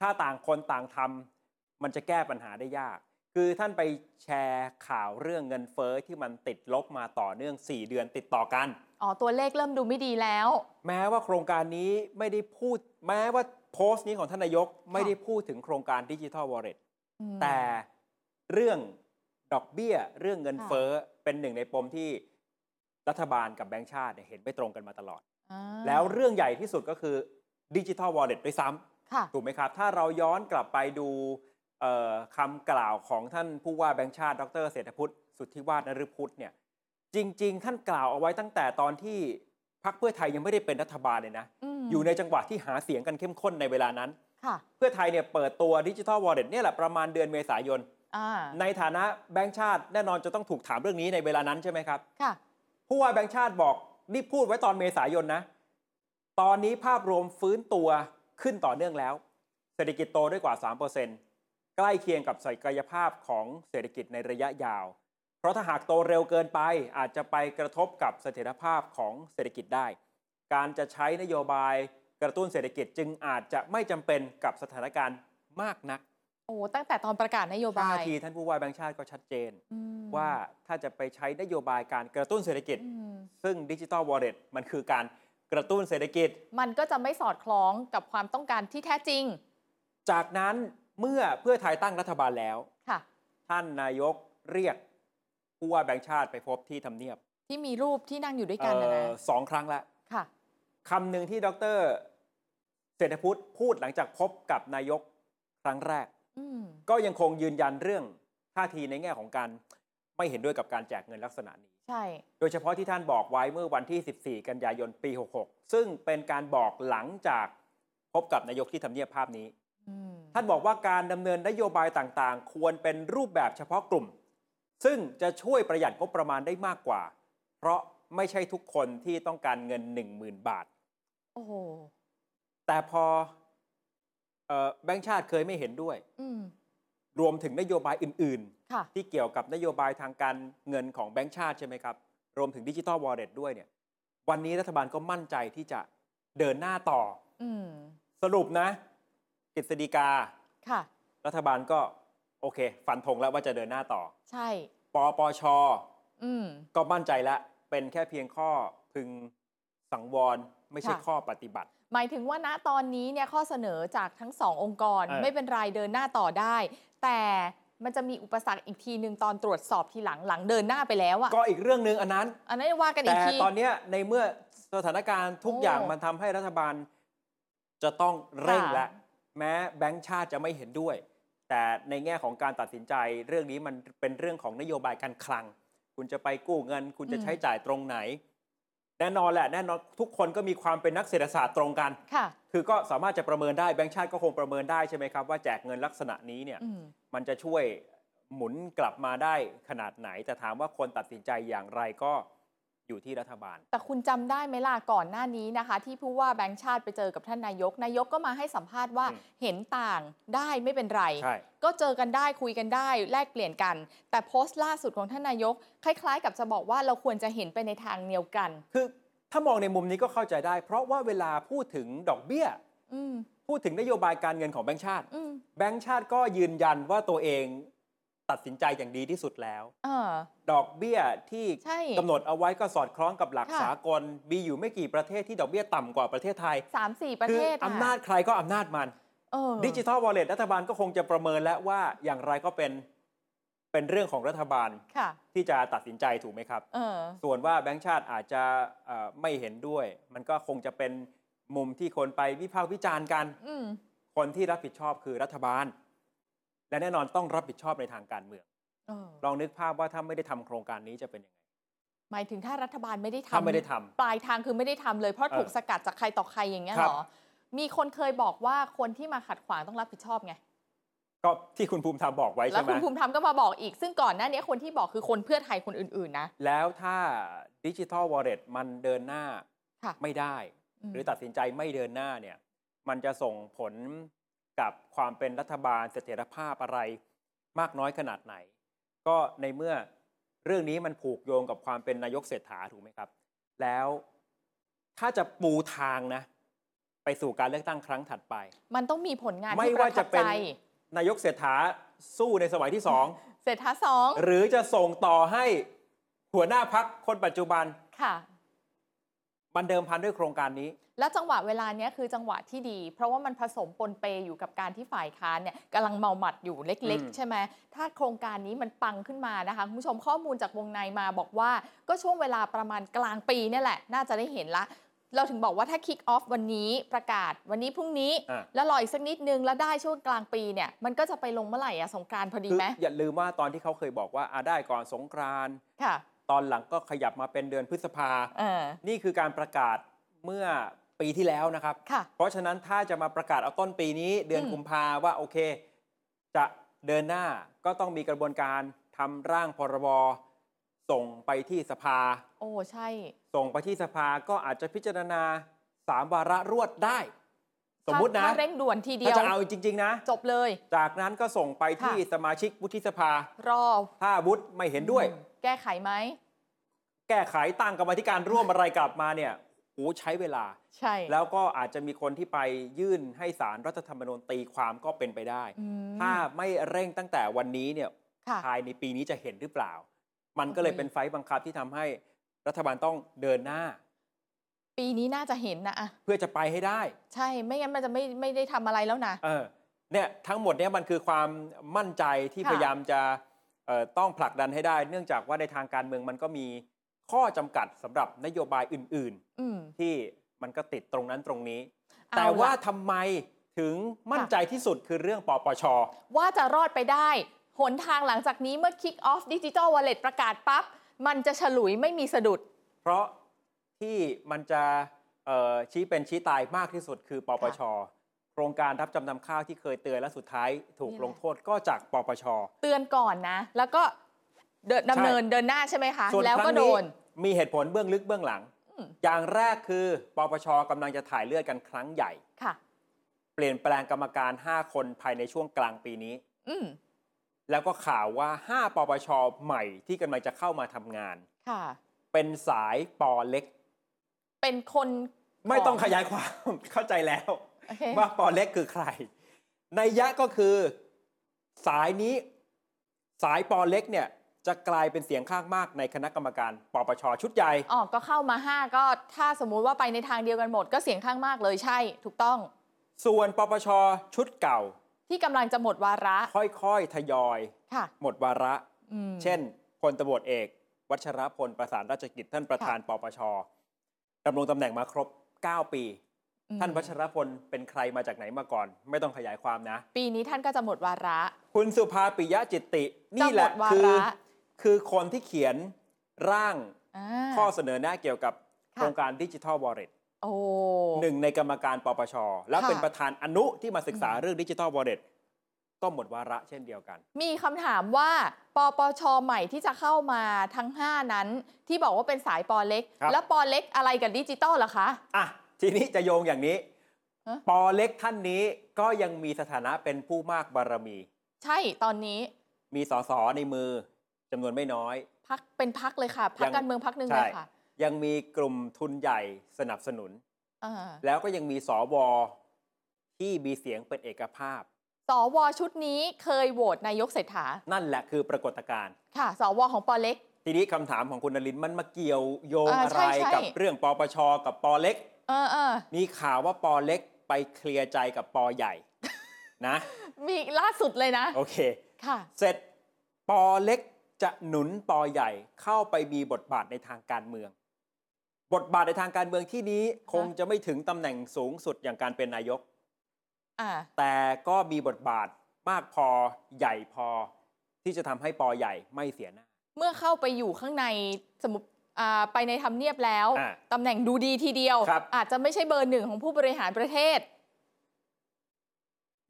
S2: ถ้าต่างคนต่างทำมันจะแก้ปัญหาได้ยาก คือท่านไปแชร์ข่าวเรื่องเงินเฟ้อที่มันติดลบมาต่อเนื่อง 4 เดือนติดต่อกัน
S3: อ๋อ ตัวเลขเริ่มดูไม่ดีแล้ว
S2: แม้ว่าโครงการนี้ไม่ได้พูด แม้ว่าโพสต์นี้ของท่านนายกไม่ได้พูดถึงโครงการดิจิทัลวอลเล็ต
S3: อืม
S2: แต่เรื่องดอกเบี้ย เรื่องเงิน
S3: ค่ะ
S2: เฟ้อเป็นหนึ่งในปมที่รัฐบาลกับแบงก์ชาติเนี่ยเห็นไม่ตรงกันมาตลอด
S3: อ่า
S2: แล้วเรื่องใหญ่ที่สุดก็คือดิจิทัลวอลเล็ตด้วยซ้
S3: ค่ะ
S2: ำถูกไหมครับ ถ้าเราย้อนกลับไปดูเอ่อคำกล่าวของท่านผู้ว่าแบงก์ชาติ ดรเศรษฐพุทธสุทธิวาฒนฤพุทธเนี่ยจริง ๆ ท่านกล่าวเอาไว้ตั้งแต่ตอนที่พรรคเพื่อไทยยังไม่ได้เป็นรัฐบาลเลยนะ
S3: ม
S2: อยู่ในจังหวะที่หาเสียงกันเข้มข้นในเวลานั้น
S3: ค่ะ
S2: เพื่อไทยเนี่ยเปิดตัวดิจิทัลวอลเล็ตเนี่ยแหละประมาณเดือนเมษายน
S3: อ่า
S2: ในฐานะแบงค์ชาติแน่นอนจะต้องถูกถามเรื่องนี้ในเวลานั้นใช่ไหมครับ
S3: ค่ะ
S2: ผู้ว่าแบงค์ชาติบอก นี่พูดไว้ตอนเมษายนนะ ตอนนี้ภาพรวมฟื้นตัวขึ้นต่อเนื่องแล้ว เศรษฐกิจโตได้กว่า 3%ใกล้เคียงกับศักยภาพของเศรษฐกิจในระยะยาว เพราะถ้าหากโตเร็วเกินไปอาจจะไปกระทบกับเสถียรภาพของเศรษฐกิจได้ การจะใช้นโยบายกระตุ้นเศรษฐกิจจึงอาจจะไม่จำเป็นกับสถานการณ์มากนัก
S3: โอ้ตั้งแต่ตอนประกาศนโยบา
S2: ท่าย ทีท่านผู้ว่าแบงค์ชาติก็ชัดเจน
S3: อืม
S2: ว่าถ้าจะไปใช้นโยบายการกระตุ้นเศรษฐกิจ
S3: อืม
S2: ซึ่งดิจิ t a l วอลเล็ตมันคือการกระตุ้นเศรษฐกิจ
S3: มันก็จะไม่สอดคล้องกับความต้องการที่แท้จริง
S2: จากนั้นเมื่อเพื่อไทยตั้งรัฐบาลแล้ว
S3: ค่ะ
S2: ท่านนายกเรียกผู้ว่าแบงค์ชาติไปพบที่ทำเนียบ
S3: ที่มีรูปที่นั่งอยู่ด้วยกันนะ
S2: เอ่
S3: นะ
S2: อสองครั้งละ
S3: ค่ะ
S2: คำหนึ่งที่ดรเศรษฐพุทธพูดหลังจากพบกับนายกครั้งแรก
S3: อืม
S2: ก็ยังคงยืนยันเรื่องท่าทีในแง่ของการไม่เห็นด้วยกับการแจกเงินลักษณะนี้
S3: ใช่
S2: โดยเฉพาะที่ท่านบอกไว้เมื่อวันที่ 14 กันยายน ปี 66 ซึ่งเป็นการบอกหลังจากพบกับนายกที่ทำเนียบภาพนี้
S3: อืม
S2: ท่านบอกว่าการดำเนินนโยบายต่างๆ ควรเป็นรูปแบบเฉพาะกลุ่ม ซึ่งจะช่วยประหยัดงบประมาณได้มากกว่า เพราะไม่ใช่ทุกคนที่ต้องการเงิน 10,000 บาท
S3: โอ้โห
S2: แต่พอเออแบงค์ชาติเคยไม่เห็นด้วย
S3: อืม
S2: รวมถึงนโยบายอื่น
S3: ค่ะ
S2: ๆ ที่เกี่ยวกับนโยบายทางการเงินของแบงค์ชาติใช่ไหมครับ รวมถึงดิจิ t a l วอลเล็ตด้วยเนี่ย วันนี้รัฐบาลก็มั่นใจที่จะเดินหน้าต่อ
S3: อืม
S2: สรุปนะกฤษฎีกา
S3: ค่ะ
S2: รัฐบาลก็โอเค ฟันธงแล้วว่าจะเดินหน้าต่อ
S3: ใช่
S2: ปปช
S3: อืม
S2: ก็มั่นใจแล้ว เป็นแค่เพียงข้อพึงสังวร ไม่ใช่
S3: ค่ะ
S2: ข้อปฏิบัติ
S3: หมายถึงว่าณตอนนี้เนี่ยข้อเสนอจากทั้งสององค์กร
S2: เออ
S3: ไม่เป็นไรเดินหน้าต่อได้ แต่มันจะมีอุปสรรคอีกทีหนึ่งตอนตรวจสอบทีหลังหลังเดินหน้าไปแล้วอะ
S2: ก็อีกเรื่องหนึ่งอันนั้น
S3: อันนั้นว่ากันอี
S2: แต่
S3: กที
S2: ตอนเนี้ยในเมื่อสถานการณ์ทุกอย่าง
S3: โอ้
S2: มันทำให้รัฐบาลจะต้องเร่ง
S3: ค่ะ
S2: และ แม้แบงค์ชาติจะไม่เห็นด้วย แต่ในแง่ของการตัดสินใจ เรื่องนี้มันเป็นเรื่องของนโยบายการคลัง คุณจะไปกู้เงิน คุณจะใช้จ่ายตรงไหน แน่นอนแหละแน่นอนทุกคนก็มีความเป็นนักเศรษฐศาสตร์ตรงกัน
S3: ค่ะ
S2: คือก็สามารถจะประเมินได้แบงค์ชาติก็คงประเมินได้ใช่ไหมครับ ว่าแจกเงินลักษณะนี้เนี่ย
S3: อืม
S2: มันจะช่วยหมุนกลับมาได้ขนาดไหน แต่ถามว่าคนตัดสินใจอย่างไรก็อยู่ที่รัฐบาล
S3: แต่คุณจำได้ไหมล่ะก่อนหน้านี้นะคะ ที่ผู้ว่าแบงค์ชาติไปเจอกับท่านนายก นายกก็มาให้สัมภาษณ์ว่า
S2: อืม
S3: เห็นต่างได้ไม่เป็นไร
S2: ใช่
S3: ก็เจอกันได้คุยกันได้แลกเปลี่ยนกัน แต่โพสต์ล่าสุดของท่านนายก คล้ายๆ กับจะบอกว่าเราควรจะเห็นไปในทางเดียวกัน
S2: คือถ้ามองในมุมนี้ก็เข้าใจได้ เพราะว่าเวลาพูดถึงดอกเบี้ย
S3: อืม
S2: พูดถึงนโยบายการเงินของแบงค์ชาติ
S3: อืม
S2: แบงค์ชาติก็ยืนยันว่าตัวเองตัดสินใจอย่างดีที่สุดแล้ว
S3: เออ
S2: ดอกเบี้ยที่
S3: ใช่
S2: กำหนดเอาไว้ก็สอดคล้องกับหลัก
S3: ค่ะ
S2: สากลมีอยู่ไม่กี่ประเทศที่ดอกเบี้ยต่ำกว่าประเทศไทย
S3: สามสี่ประเทศ
S2: คืออำนาจใครก็อำนาจมัน ดิจิ
S3: ทัล
S2: ทัลวอลเล็ตรัฐบาลก็คงจะประเมินแล้วว่าอย่างไรก็เป็นเป็นเรื่องของรัฐบาล
S3: ค่ะ
S2: ที่จะตัดสินใจถูกไหมครับ
S3: เออ
S2: ส่วนว่าแบงค์ชาติอาจจะเอ่อไม่เห็นด้วย มันก็คงจะเป็นมุมที่คนไปวิพากษ์วิจารณ์กัน
S3: อืม
S2: คนที่รับผิดชอบคือรัฐบาล และแน่นอนต้องรับผิดชอบในทางการเมือง
S3: เออ
S2: ลองนึกภาพว่าถ้าไม่ได้ทำโครงการนี้จะเป็นยังไง
S3: หมายถึงถ้ารัฐบาลไม่ได้ทำ
S2: ถ้าไม่ได้ทำ
S3: ปลายทางคือไม่ได้ทำเลยเพราะ
S2: เออ
S3: ถูกสกัดจากใครต่อใครอย่างเงี้ย
S2: ครั
S3: เห
S2: บ
S3: รอ มีคนเคยบอกว่าคนที่มาขัดขวางต้องรับผิดชอบไง
S2: ก็ที่คุณภูมิธรรมบอกไว้
S3: แล้
S2: ใช่
S3: ว
S2: ไหม
S3: คุณภูมิธรรมก็มาบอกอีก ซึ่งก่อนหน้านี้คนที่บอกคือคนเพื่อไทยคนอื่น ๆ นะ
S2: แล้วถ้าดิจิทัลวอลเล็ตมันเดินหน้า
S3: ค่ะ
S2: ไม่ได้
S3: ม
S2: หรือตัดสินใจไม่เดินหน้าเนี่ย มันจะส่งผลกับความเป็นรัฐบาลเสถียรภาพอะไรมากน้อยขนาดไหน ก็ในเมื่อเรื่องนี้มันผูกโยงกับความเป็นนายกเศรษฐาถูกไหมครับ แล้วถ้าจะปูทางนะ ไปสู่การเลือกตั้งครั้งถัดไป
S3: มันต้องมีผลงาน
S2: ไม่
S3: ที่ป
S2: ว่า
S3: ระทั
S2: จะ
S3: บ
S2: เป็
S3: ใจ
S2: นนายกเศรษฐาสู้ในสมัยที่ส อง
S3: เศรษฐาสอง
S2: หรือจะส่งต่อให้หัวหน้าพักคนปัจจุบัน
S3: ค่ะ
S2: มันเดิมพันด้วยโครงการนี้
S3: แล้วจังหวะเวลาเนี้ยคือจังหวะที่ดี เพราะว่ามันผสมปนเปอยู่กับการที่ฝ่ายค้านเนี่ยกำลังเมาหมัดอยู่เล็ก
S2: อืม
S3: ๆ ใช่ไหมถ้าโครงการนี้มันปังขึ้นมานะคะคุณผู้ชมข้อมูลจากวงในมาบอกว่าก็ช่วงเวลาประมาณกลางปีเนี่ยแหละ น่าจะได้เห็นละ เราถึงบอกว่าถ้าคิกออฟวันนี้ประกาศวันนี้พรุ่งนี้
S2: อ่ะ
S3: แล้วรออีกสักนิดนึงแล้วได้ช่วงกลางปีเนี่ยมันก็จะไปลงเมื่อไหร่อะสงกรารพอดี
S2: คือ
S3: ไหม
S2: อย่าลืมว่าตอนที่เขาเคยบอกว่าอาได้ก่อนสงกรานต์
S3: ค่ะ
S2: ตอนหลังก็ขยับมาเป็นเดือนพฤษภา
S3: เออ
S2: นี่คือการประกาศเมื่อปีที่แล้วนะครับ
S3: ค่ะ
S2: เพราะฉะนั้นถ้าจะมาประกาศเอาต้นปีนี้เดือน
S3: อืม
S2: กุมภาว่าโอเค จะเดินหน้าก็ต้องมีกระบวนการทำร่างพรบ ส่งไปที่สภา
S3: โอ้ใช่
S2: ส่งไปที่สภาก็อาจจะพิจารณาสามวาระรวดได้ สมมุตินะ
S3: ถ้าเร่งด่วนทีเดี
S2: ถ้า
S3: ยว
S2: จะเอาจริง ๆ นะ
S3: จบเลย
S2: จากนั้นก็ส่งไปที่
S3: ค่ะ
S2: สมาชิกวุฒิสภา
S3: รอ
S2: ถ้าวุฒิไม่เห็นด้วย
S3: แก้ไขไหม
S2: แก้ไขตั้งกรรมาธิการร่วมอะไรกลับมาเนี่ยโอ้ใช้เวลา
S3: ใช่
S2: แล้วก็อาจจะมีคนที่ไปยื่นให้สารรัฐธรรมนูญตีความก็เป็นไปได้
S3: อืม
S2: ถ้าไม่เร่งตั้งแต่วันนี้เนี่ย
S3: ค่ะ
S2: ภายในปีนี้จะเห็นหรือเปล่า มันก็เลย
S3: โอ้ย
S2: เป็นไฟต์บังคับที่ทำให้รัฐบาลต้องเดินหน้า
S3: ปีนี้น่าจะเห็นนะอะ
S2: เพื่อจะไปให้ได้
S3: ใช่ไม่งั้นมันจะไม่ไม่ได้ทำอะไรแล้วนะ
S2: เออเนี่ยทั้งหมดเนี่ยมันคือความมั่นใจที่
S3: ค่ะ
S2: พยายามจะเอ่อต้องผลักดันให้ได้ เนื่องจากว่าในทางการเมืองมันก็มีข้อจำกัดสำหรับนโยบายอื่น
S3: อืม
S2: ๆ ที่มันก็ติดตรงนั้นตรงนี้
S3: เอ
S2: แต่
S3: ล่ะ
S2: ว่าทำไมถึงมั่นใจที่สุดคือเรื่องปปช
S3: ว่าจะรอดไปได้ หนทางหลังจากนี้เมื่อ Kick Off Digital Wallet ประกาศปั๊บ มันจะฉลุยไม่มีสะดุด
S2: เพราะที่มันจะเอ่อชี้เป็นชี้ตายมากที่สุดคือปปช โครงการรับจำนำข้าวที่เคยเตือนและสุดท้ายถูก
S3: นี่แหละ
S2: ลงโทษก็จากปปช
S3: เตือนก่อนนะ แล้วก็เดินดำเนินเดินหน้าใช่ไหมคะ
S2: ส่วน
S3: แล้ว
S2: ครั้
S3: ก็
S2: ง
S3: โด
S2: นี้
S3: น
S2: มีเหตุผลเบื้องลึกเบื้องหลัง
S3: อืม
S2: อย่างแรกคือปปชกำลังจะถ่ายเลือดกันครั้งใหญ่
S3: ค่ะ
S2: เปลี่ยนแปลงกรรมการ 5 คนภายในช่วงกลางปีนี้
S3: อืม
S2: แล้วก็ข่าวว่า 5 ปปชใหม่ที่กำลังจะเข้ามาทำงาน
S3: ค่ะ
S2: เป็นสายปอเล็ก
S3: เป็นคน
S2: ไม่ต้องขยายความ เข้าใจแล้ว
S3: โอเค
S2: ว่าปอเล็กคือใครในยยะก็คือสายนี้สายปอเล็กเนี่ยจะกลายเป็นเสียงข้างมากในคณะกรรมการปปชชุดใหญ่
S3: อ๋อก็เข้ามาห้าก็ถ้าสมมุติว่าไปในทางเดียวกันหมด ก็เสียงข้างมากเลยใช่ ถูกต้อง
S2: ส่วนปปชชุดเก่า
S3: ที่กำลังจะหมดวาระ
S2: ค่อยๆ ทยอย
S3: ค่ะ
S2: หมดวาระ
S3: อืม
S2: เช่นพลตำรวจเอก วัชรพล ประสานราชกิจ ท่านประธานปปชดำรงตำแหน่งมาครบ 9 ปี
S3: อืม
S2: ท่านวัชรพลเป็นใครมาจากไหนมาก่อน ไม่ต้องขยายความนะ
S3: ปีนี้ท่านก็จะหมดวาระ
S2: คุณสุภาปิยะจิตติ นี่แหละ
S3: จะหมดวาระ
S2: คือ คือคนที่เขียนร่าง
S3: อ่า
S2: ข้อเสนอแนะเกี่ยวกับ
S3: ค่ะ
S2: โครงการดิจิทัลวอลเล็ต
S3: โอ้
S2: หนึ่งในกรรมการปปชและ
S3: ค่ะ
S2: เป็นประธานอนุที่มาศึกษาเรื่องดิจิทัลวอลเล็ตก็หมดวาระเช่นเดียวกัน
S3: มีคำถามว่าปปชใหม่ที่จะเข้ามาทั้ง 5 นั้น ที่บอกว่าเป็นสายปอเล็ก
S2: ครับ
S3: แล้วปอเล็กอะไรกับดิจิตอลล่ะคะ
S2: อ่ะ ทีนี้จะโยงอย่างนี้
S3: ฮะ
S2: ปอเล็กท่านนี้ก็ยังมีสถานะเป็นผู้มากบารมี
S3: ใช่ตอนนี้
S2: มีสสในมือจำนวนไม่น้อย
S3: พักเป็นพักเลยค่ะพัก
S2: ยัง
S3: การเมืองพักหนึ่ง
S2: ใช่
S3: เลยค่ะ
S2: ยังมีกลุ่มทุนใหญ่สนับสนุน
S3: อ่า
S2: แล้วก็ยังมีสวที่มีเสียงเป็นเอกภาพ
S3: สวชุดนี้เคยโหวตนายกเศรษฐา
S2: นั่นแหละคือปรากฏการณ์
S3: ค่ะสวของปอเล็ก
S2: ทีนี้คำถามของคุณนลินมันมาเกี่ยวโยง
S3: อ่า
S2: อะ
S3: ใช่
S2: ไร
S3: ใช่
S2: กับเรื่องปปชกับปอเล็ก
S3: เออเออ
S2: มีข่าวว่าปอเล็กไปเคลียร์ใจกับปอใหญ่ นะ
S3: มีล่าสุดเลยนะ
S2: โอเค
S3: ค่ะ
S2: เสร็จปอเล็กจะหนุนปอใหญ่เข้าไปมีบทบาทในทางการเมือง บทบาทในทางการเมืองที่นี้คงจะไม่ถึงตำแหน่งสูงสุดอย่างการเป็นนายก
S3: อ่า
S2: แต่ก็มีบทบาทมากพอใหญ่พอ ที่จะทำให้ปอใหญ่ไม่เสียหน้า
S3: เมื่อเข้าไปอยู่ข้างในสมมติอ่าไปในทำเนียบแล้ว
S2: อ่า
S3: ตำแหน่งดูดีทีเดียว
S2: ครับ
S3: อาจจะไม่ใช่เบอร์หนึ่งของผู้บริหารประเทศ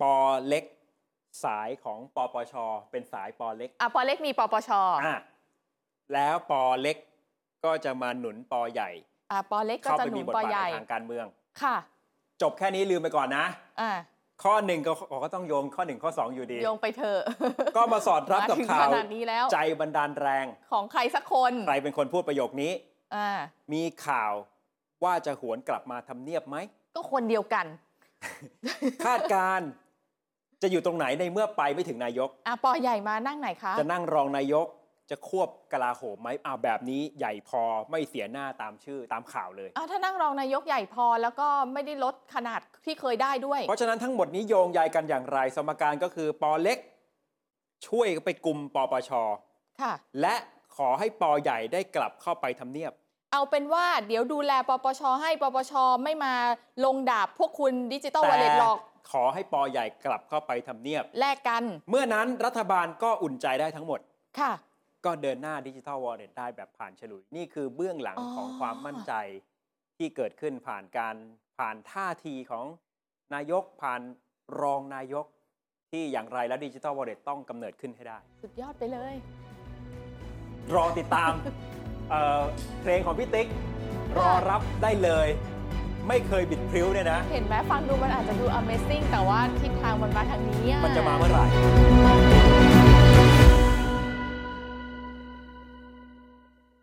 S2: ปอเล็กสายของปปช เป็นสายปอเล็ก
S3: อ่ะปอเล็กมีปปช
S2: อ่ะแล้วปอเล็กก็จะมาหนุนปอใหญ่
S3: อ่ะปอเล็กก็
S2: เข้า
S3: จะ
S2: ไป
S3: หนุ
S2: มี
S3: น
S2: บ
S3: ปอบ
S2: ทาท
S3: ใหญ่
S2: ในทางการเมือง
S3: ค่ะ
S2: จบแค่นี้ลืมไปก่อนนะ
S3: อ่ะ
S2: ข้อหนึ่งก็ก็ต้องโยงข้อหนึ่งข้อสองอยู่ดี
S3: โยงไปเถอะ
S2: ก็มาสอดรับกับ
S3: มาถึง
S2: ข่า
S3: ข
S2: ว
S3: นาดนี้แล้ว
S2: ใจบันดาลแรง
S3: ของใครสักคน
S2: ใครเป็นคนพูดประโยคนี้
S3: อ่า
S2: มีข่าวว่าจะหวนกลับมาทำเนียบไหม
S3: ก็คนเดียวกัน
S2: คาดการณ์จะอยู่ตรงไหนในเมื่อไปไม่ถึงนายก
S3: อ่ะปอใหญ่มานั่งไหนคะ
S2: จะนั่งรองนายกจะควบกลาโหมไหมอ้าวแบบนี้ใหญ่พอไม่เสียหน้าตามชื่อตามข่าวเลย
S3: อ่ะถ้านั่งรองนายกใหญ่พอแล้วก็ไม่ได้ลดขนาดที่เคยได้ด้วย
S2: เพราะฉะนั้นทั้งหมดนี้โยงใยกันอย่างไร สมการก็คือปอเล็ก ช่วยไปกลุ่มปปช
S3: ค่ะ
S2: และขอให้ปอใหญ่ได้กลับเข้าไปทำเนียบ
S3: เอาเป็นว่าเดี๋ยวดูแลปปชให้ปปชไม่มาลงดาบพวกคุณดิจิตอลวอลเล็ตหรอก
S2: ขอให้ปอใหญ่กลับเข้าไปทำเนียบ
S3: แลกกัน
S2: เมื่อนั้นรัฐบาลก็อุ่นใจได้ทั้งหมด
S3: ค่ะ
S2: ก็เดินหน้าดิจิทัลวอลเล็ตได้แบบผ่านฉลุย นี่คือเบื้องหลัง
S3: อ๋อ
S2: ของความมั่นใจที่เกิดขึ้นผ่านการผ่านท่าทีของนายกผ่านรองนายก ที่อย่างไรแล้วดิจิทัลวอลเล็ตต้องกำเนิดขึ้นให้ได้
S3: สุดยอดไปเลย
S2: รอติดตาม เอ่อเพลงของพี่ติ๊ก รอรับได้เลย ไม่เคยบิดพริ้วเนี่ยนะ
S3: เห็นไหมฟังดูมันอาจจะดู Amazing แต่ว่าทิศทางมันมาทางนี้อ
S2: มันจะมาเมื่อไหร่
S3: Thank you